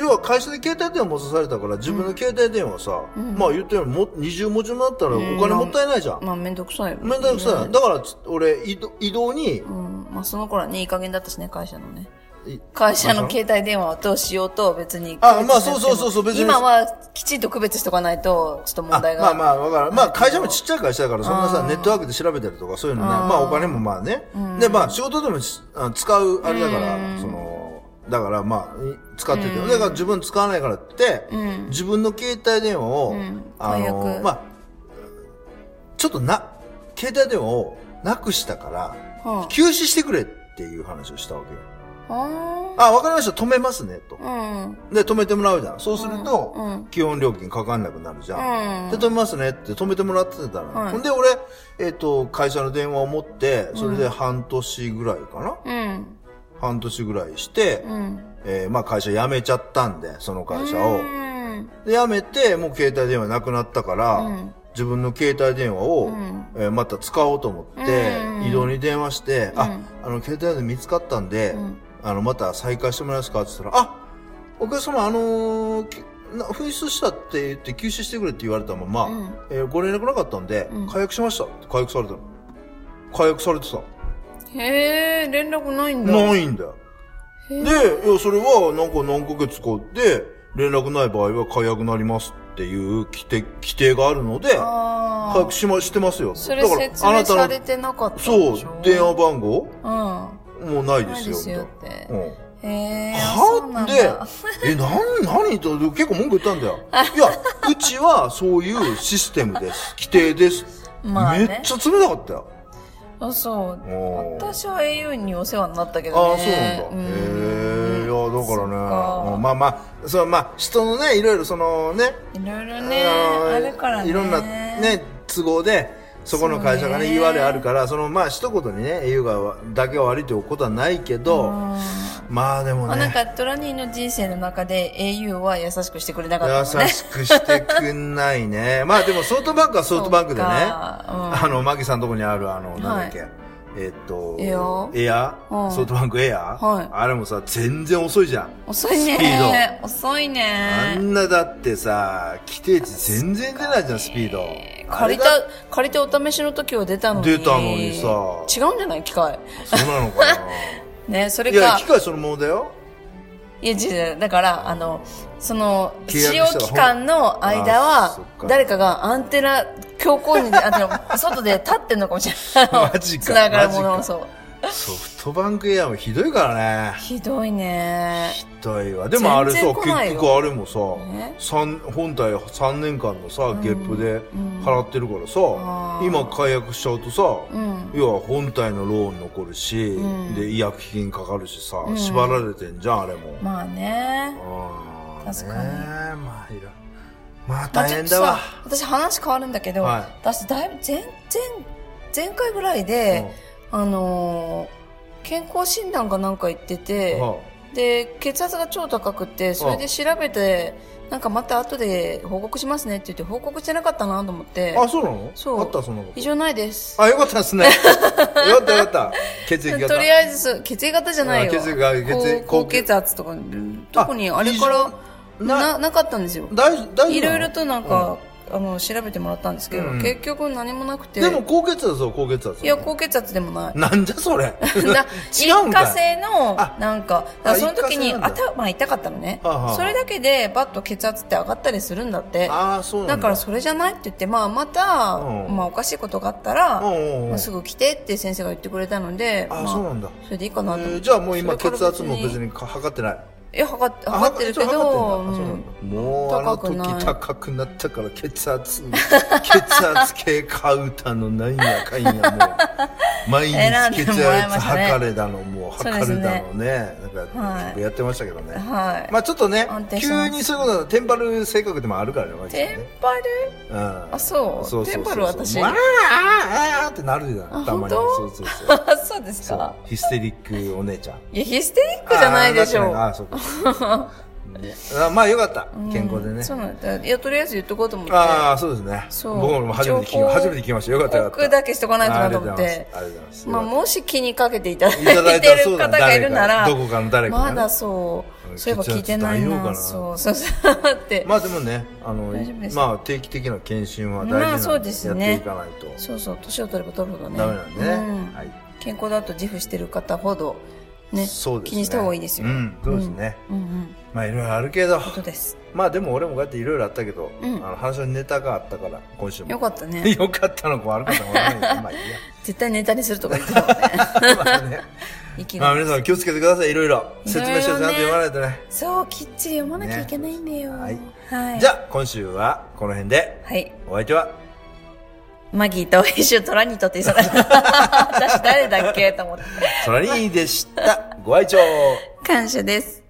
[SPEAKER 2] 要は会社で携帯電話持たされたから、自分の携帯電話さ、
[SPEAKER 1] うん
[SPEAKER 2] まあ言ったようにも20文字になったらお
[SPEAKER 1] うん
[SPEAKER 2] 金もったいないじゃん。
[SPEAKER 1] まあめんどくさいよね。
[SPEAKER 2] めんどくさい。だからつ、俺、移動移動に、
[SPEAKER 1] うん。まあ、その頃はね、いい加減だったしね、会社のね。
[SPEAKER 2] い
[SPEAKER 1] 会社の携帯電話としようと別に。
[SPEAKER 2] あまあそうそうそうそう別に
[SPEAKER 1] 今はきちんと区別しとかないと、ちょっと問
[SPEAKER 2] あ
[SPEAKER 1] 題が。
[SPEAKER 2] まあまあ、わからんまあ会社もちっちゃい会社だから、そんな
[SPEAKER 1] あ
[SPEAKER 2] さ
[SPEAKER 1] ー、
[SPEAKER 2] ネットワークで調べたりとか、そういうのね。
[SPEAKER 1] あー
[SPEAKER 2] まあお金もまあね。で、まあ仕事でもしあ使う、あれだか
[SPEAKER 1] う
[SPEAKER 2] ら、
[SPEAKER 1] ん
[SPEAKER 2] その、だからまあ、い使ってて。だから自分使わないからって
[SPEAKER 1] ん、
[SPEAKER 2] 自分の携帯電話を
[SPEAKER 1] ん、
[SPEAKER 2] あ
[SPEAKER 1] 解
[SPEAKER 2] の、
[SPEAKER 1] 約
[SPEAKER 2] まあ、ちょっとな、携帯電話をなくしたから、
[SPEAKER 1] は
[SPEAKER 2] 休止してくれっていう話をしたわけよ。
[SPEAKER 1] あ、は
[SPEAKER 2] あ、わかりました、止めますね、と。
[SPEAKER 1] あうん。
[SPEAKER 2] で、止めてもらうじゃん。そうすると
[SPEAKER 1] うんうん、
[SPEAKER 2] 基本料金かかんなくなるじゃん。
[SPEAKER 1] うん
[SPEAKER 2] で、止めますねって止めてもらってたの。
[SPEAKER 1] はい
[SPEAKER 2] ほんで、俺、えっ、と、会社の電話を持って、それで半年ぐらいか
[SPEAKER 1] う
[SPEAKER 2] な、
[SPEAKER 1] ん。
[SPEAKER 2] 半年ぐらいして、
[SPEAKER 1] うん。
[SPEAKER 2] えーまあ会社辞めちゃったんで、その会社を
[SPEAKER 1] う。ん。
[SPEAKER 2] で、辞めて、もう携帯電話なくなったから、
[SPEAKER 1] うん
[SPEAKER 2] 自分の携帯電話を、
[SPEAKER 1] うん
[SPEAKER 2] えーまた使おうと思って、
[SPEAKER 1] うん
[SPEAKER 2] 移動に電話して、あ、あの、携帯電話見つかったんで、
[SPEAKER 1] ん
[SPEAKER 2] あの、また再開してもらえますかって言ったら、あ、お客様、あのーきな紛失したって言って、休止してくれって言われたまま、
[SPEAKER 1] うん
[SPEAKER 2] えーご連絡なかったんで、
[SPEAKER 1] うん
[SPEAKER 2] 解約しましたって解約されたの。解約されてた。
[SPEAKER 1] へえ、連絡ないんだ。
[SPEAKER 2] ないんだよ。で、いや、それは、なんか何ヶ月かで、連絡ない場合は解約になりますっていう規定、規定があるので、
[SPEAKER 1] あ
[SPEAKER 2] 解
[SPEAKER 1] あ
[SPEAKER 2] 約。しま、してますよ。
[SPEAKER 1] それ説明されてなかったんでし
[SPEAKER 2] そ
[SPEAKER 1] ょ。
[SPEAKER 2] う、電話番号
[SPEAKER 1] う
[SPEAKER 2] もうない
[SPEAKER 1] ん。
[SPEAKER 2] で
[SPEAKER 1] ない
[SPEAKER 2] す
[SPEAKER 1] で
[SPEAKER 2] よ、
[SPEAKER 1] す
[SPEAKER 2] みたい
[SPEAKER 1] よ
[SPEAKER 2] な
[SPEAKER 1] っ。て
[SPEAKER 2] う。ん。
[SPEAKER 1] へえ、あそう
[SPEAKER 2] は
[SPEAKER 1] なん
[SPEAKER 2] で [laughs]
[SPEAKER 1] だ。、
[SPEAKER 2] え、なん、何と、結構文句言ったんだ
[SPEAKER 1] [laughs]
[SPEAKER 2] よ。いや、うちはそういうシステム
[SPEAKER 1] [laughs]
[SPEAKER 2] です。規定です。
[SPEAKER 1] まあね
[SPEAKER 2] めっちゃ冷たかったよ。
[SPEAKER 1] あ、そう。
[SPEAKER 2] おー
[SPEAKER 1] 私は au にお世話になったけど
[SPEAKER 2] あ
[SPEAKER 1] ね。
[SPEAKER 2] あ、そうなんだ。へえ、やだからね
[SPEAKER 1] そっか
[SPEAKER 2] うんまあまあそれはまあ人のねいろいろそのね
[SPEAKER 1] いろいろね
[SPEAKER 2] の
[SPEAKER 1] あるからね
[SPEAKER 2] いろんなね都合でそこの会社がね
[SPEAKER 1] そうね
[SPEAKER 2] 言われあるからそのまあ一言にね栄養がだけは悪いということはないけどまあでも
[SPEAKER 1] あなん
[SPEAKER 2] ね
[SPEAKER 1] かトラニーの人生の中で au は優しくしてくれなかったもんね
[SPEAKER 2] 優しくしてくんないね [laughs] まあでもソフトバンクはソフトバンクでね
[SPEAKER 1] そっか
[SPEAKER 2] あのマギさんのとこにあるあのなんだっけ、えっと
[SPEAKER 1] エア
[SPEAKER 2] エア
[SPEAKER 1] うん
[SPEAKER 2] ソフトバンクエア、
[SPEAKER 1] はい
[SPEAKER 2] あれもさ全然遅いじゃん
[SPEAKER 1] 遅い
[SPEAKER 2] スピー
[SPEAKER 1] ね遅い
[SPEAKER 2] あ
[SPEAKER 1] ね
[SPEAKER 2] んなだってさ規定値全然出ないじゃんスピード
[SPEAKER 1] 借りた
[SPEAKER 2] あれだ
[SPEAKER 1] 借りてお試しの時は出たのに
[SPEAKER 2] 出たのにさ
[SPEAKER 1] 違うんじゃない機械
[SPEAKER 2] そうなの
[SPEAKER 1] [laughs]
[SPEAKER 2] かな
[SPEAKER 1] ねそれ
[SPEAKER 2] いや
[SPEAKER 1] か
[SPEAKER 2] 機械そのものだよ
[SPEAKER 1] いや、違うだから、あの、その、
[SPEAKER 2] 契約
[SPEAKER 1] 使
[SPEAKER 2] 者
[SPEAKER 1] 用
[SPEAKER 2] は
[SPEAKER 1] 期間の間
[SPEAKER 2] あそ
[SPEAKER 1] は
[SPEAKER 2] っ、か
[SPEAKER 1] 誰かがアンテナ、強行に、あの、外で立ってんのかもしれない。
[SPEAKER 2] [laughs] マジか
[SPEAKER 1] つながるもの
[SPEAKER 2] マ
[SPEAKER 1] を、
[SPEAKER 2] ジか
[SPEAKER 1] そう。
[SPEAKER 2] ソフトバンクエアもひどいからね
[SPEAKER 1] ひどいね。
[SPEAKER 2] ひどいわでもあれさ
[SPEAKER 1] 全然
[SPEAKER 2] 結
[SPEAKER 1] 来
[SPEAKER 2] 局
[SPEAKER 1] ないよ
[SPEAKER 2] あれもさ、
[SPEAKER 1] ね
[SPEAKER 2] 三本体3年間のさゲップで払ってるからさ、
[SPEAKER 1] あー
[SPEAKER 2] 今解約しちゃうとさ、
[SPEAKER 1] うん。
[SPEAKER 2] 要は本体のローン残るし、
[SPEAKER 1] ん
[SPEAKER 2] で医薬品かかるしさ、
[SPEAKER 1] ん
[SPEAKER 2] 縛られてんじゃんあれも、
[SPEAKER 1] まあね。
[SPEAKER 2] あー
[SPEAKER 1] 確かに
[SPEAKER 2] ねまあいろまあ
[SPEAKER 1] まあ
[SPEAKER 2] 大
[SPEAKER 1] ちょっ
[SPEAKER 2] 変
[SPEAKER 1] と
[SPEAKER 2] だわ
[SPEAKER 1] さ、、私話変わるんだけど、
[SPEAKER 2] はい
[SPEAKER 1] 私だいぶ、前、前、前回ぐらいで、あのー健康診断かなんか行ってて、
[SPEAKER 2] うんは
[SPEAKER 1] で血圧が超高くてそれで調べてなんかまた後で報告しますねって言って報告してなかったなと思って
[SPEAKER 2] ああそうなの
[SPEAKER 1] そう
[SPEAKER 2] あったそんなこと
[SPEAKER 1] 異常ないです
[SPEAKER 2] あよかったで
[SPEAKER 1] [laughs]
[SPEAKER 2] すねよかったよかった血液型
[SPEAKER 1] とりあえずそう血液型じゃないよ
[SPEAKER 2] あ血液が血液
[SPEAKER 1] 高高
[SPEAKER 2] 高血
[SPEAKER 1] 血圧とか特にあれから
[SPEAKER 2] 異常
[SPEAKER 1] な
[SPEAKER 2] な
[SPEAKER 1] なかったんですよ
[SPEAKER 2] 大丈夫大丈夫
[SPEAKER 1] いろいろとなんか、あの調べてもらったんですけど、
[SPEAKER 2] うん
[SPEAKER 1] 結局何もなくて
[SPEAKER 2] でも高血圧だぞ高血圧
[SPEAKER 1] いや高血圧でもない
[SPEAKER 2] なんじゃそれ
[SPEAKER 1] な
[SPEAKER 2] [laughs] 違う
[SPEAKER 1] 一
[SPEAKER 2] ん
[SPEAKER 1] 過
[SPEAKER 2] かい
[SPEAKER 1] 性の
[SPEAKER 2] あ
[SPEAKER 1] なんかだからその時に
[SPEAKER 2] 一過性なんだ
[SPEAKER 1] 頭痛かったのね
[SPEAKER 2] はあは
[SPEAKER 1] [laughs]
[SPEAKER 2] あ
[SPEAKER 1] それだけでバッと血圧って上がったりするんだって
[SPEAKER 2] ああそうな
[SPEAKER 1] だ
[SPEAKER 2] ん
[SPEAKER 1] か
[SPEAKER 2] だ
[SPEAKER 1] らそれじゃないって言って、まあ、また、
[SPEAKER 2] うん
[SPEAKER 1] まあ、おかしいことがあったら、
[SPEAKER 2] うんうんうん
[SPEAKER 1] まあすぐ来てって先生が言ってくれたので、
[SPEAKER 2] あ
[SPEAKER 1] ま
[SPEAKER 2] そうなんだ
[SPEAKER 1] それでいいかなと思って、
[SPEAKER 2] えーじゃあもう今
[SPEAKER 1] それから
[SPEAKER 2] 血圧も別にか測ってない
[SPEAKER 1] いや測って
[SPEAKER 2] あ
[SPEAKER 1] 測ってるけ
[SPEAKER 2] 一応
[SPEAKER 1] ど、
[SPEAKER 2] 測ってんだあそう
[SPEAKER 1] う
[SPEAKER 2] なんんだもうあの
[SPEAKER 1] 高くない
[SPEAKER 2] 時高くなったから血圧 [laughs] 血圧計買うたのなんやか
[SPEAKER 1] [laughs]
[SPEAKER 2] んやもう毎日
[SPEAKER 1] 選ん
[SPEAKER 2] 血
[SPEAKER 1] でもらいま
[SPEAKER 2] 圧
[SPEAKER 1] したね
[SPEAKER 2] 測れだのもう
[SPEAKER 1] そう
[SPEAKER 2] 測
[SPEAKER 1] ですね
[SPEAKER 2] るだのねなんか、
[SPEAKER 1] はい
[SPEAKER 2] やってましたけどね、
[SPEAKER 1] はい、
[SPEAKER 2] まあちょっとね
[SPEAKER 1] 安定しま
[SPEAKER 2] 急
[SPEAKER 1] す
[SPEAKER 2] にそういうことはテンパる性格でもあるからねマジで
[SPEAKER 1] テ
[SPEAKER 2] ね
[SPEAKER 1] ンパル
[SPEAKER 2] うん
[SPEAKER 1] あそうテンパる私
[SPEAKER 2] まあああああってなるじゃんたま
[SPEAKER 1] 本
[SPEAKER 2] に
[SPEAKER 1] 当
[SPEAKER 2] そうそうそう
[SPEAKER 1] [laughs] あ [laughs] そうです
[SPEAKER 2] そ
[SPEAKER 1] か
[SPEAKER 2] うヒステリックお姉ちゃん
[SPEAKER 1] いやヒステリックじゃないでしょう
[SPEAKER 2] あーなってないあーそうか
[SPEAKER 1] [laughs]
[SPEAKER 2] ねあまあよかった健康で
[SPEAKER 1] うん
[SPEAKER 2] ね
[SPEAKER 1] そうなんだいやとりあえず言っとこうと思って
[SPEAKER 2] ああそうですね
[SPEAKER 1] そう
[SPEAKER 2] 僕も初めて聞きま
[SPEAKER 1] 情報
[SPEAKER 2] 初めて聞きましたよかったよかった
[SPEAKER 1] 僕だけしとかないとなと思って
[SPEAKER 2] ありがとうございます
[SPEAKER 1] まあ、
[SPEAKER 2] う
[SPEAKER 1] もし気にかけていただ
[SPEAKER 2] いただ
[SPEAKER 1] い
[SPEAKER 2] い
[SPEAKER 1] て
[SPEAKER 2] たらそ
[SPEAKER 1] る
[SPEAKER 2] うだ
[SPEAKER 1] 方
[SPEAKER 2] ね
[SPEAKER 1] がいるなら、
[SPEAKER 2] 誰かどこかの誰かがね
[SPEAKER 1] まだそう、
[SPEAKER 2] うん
[SPEAKER 1] そういえば聞いてない
[SPEAKER 2] 血圧大丈夫か
[SPEAKER 1] な、
[SPEAKER 2] な
[SPEAKER 1] そう、そう、そう、って、
[SPEAKER 2] まあでもねあの
[SPEAKER 1] 大丈夫です
[SPEAKER 2] まあ定期的な検診は大事
[SPEAKER 1] ま
[SPEAKER 2] な
[SPEAKER 1] あそうです
[SPEAKER 2] ん
[SPEAKER 1] ね
[SPEAKER 2] でやっていかないと
[SPEAKER 1] そうそう、年を取れば取るほどね。
[SPEAKER 2] ダメなんで
[SPEAKER 1] うん
[SPEAKER 2] ねはい
[SPEAKER 1] 健康だと自負してる方ほど、ね、
[SPEAKER 2] そうですね
[SPEAKER 1] 気にした方がいいですよ。
[SPEAKER 2] うんそうですね
[SPEAKER 1] うんうん。
[SPEAKER 2] まあいろいろあ
[SPEAKER 1] [laughs]
[SPEAKER 2] るけど
[SPEAKER 1] ことです。
[SPEAKER 2] まあでも俺もこうやっていろいろあったけど
[SPEAKER 1] う
[SPEAKER 2] あ
[SPEAKER 1] ん
[SPEAKER 2] の話のネタがあったから今週も
[SPEAKER 1] よかったね。
[SPEAKER 2] [laughs] よかったのか悪かったのかわからないけどまあいいや
[SPEAKER 1] 絶対ネタにするとか言ってたもん
[SPEAKER 2] [laughs]
[SPEAKER 1] ね。 [laughs]
[SPEAKER 2] まあね
[SPEAKER 1] 意気
[SPEAKER 2] まあ
[SPEAKER 1] 込み
[SPEAKER 2] 皆さん気をつけてください、いろいろ。説明書ちゃんと読まないとね。
[SPEAKER 1] そう、きっちり読まなきゃいけないんだよ。
[SPEAKER 2] はい
[SPEAKER 1] はい。
[SPEAKER 2] じゃあ、今週はこの辺で、
[SPEAKER 1] はい。
[SPEAKER 2] お相手は、
[SPEAKER 1] マギーと編集トラニーとって言い [laughs] そうだった。私誰だっけと思って。
[SPEAKER 2] ソラリーでした。ご愛聴
[SPEAKER 1] 感謝です。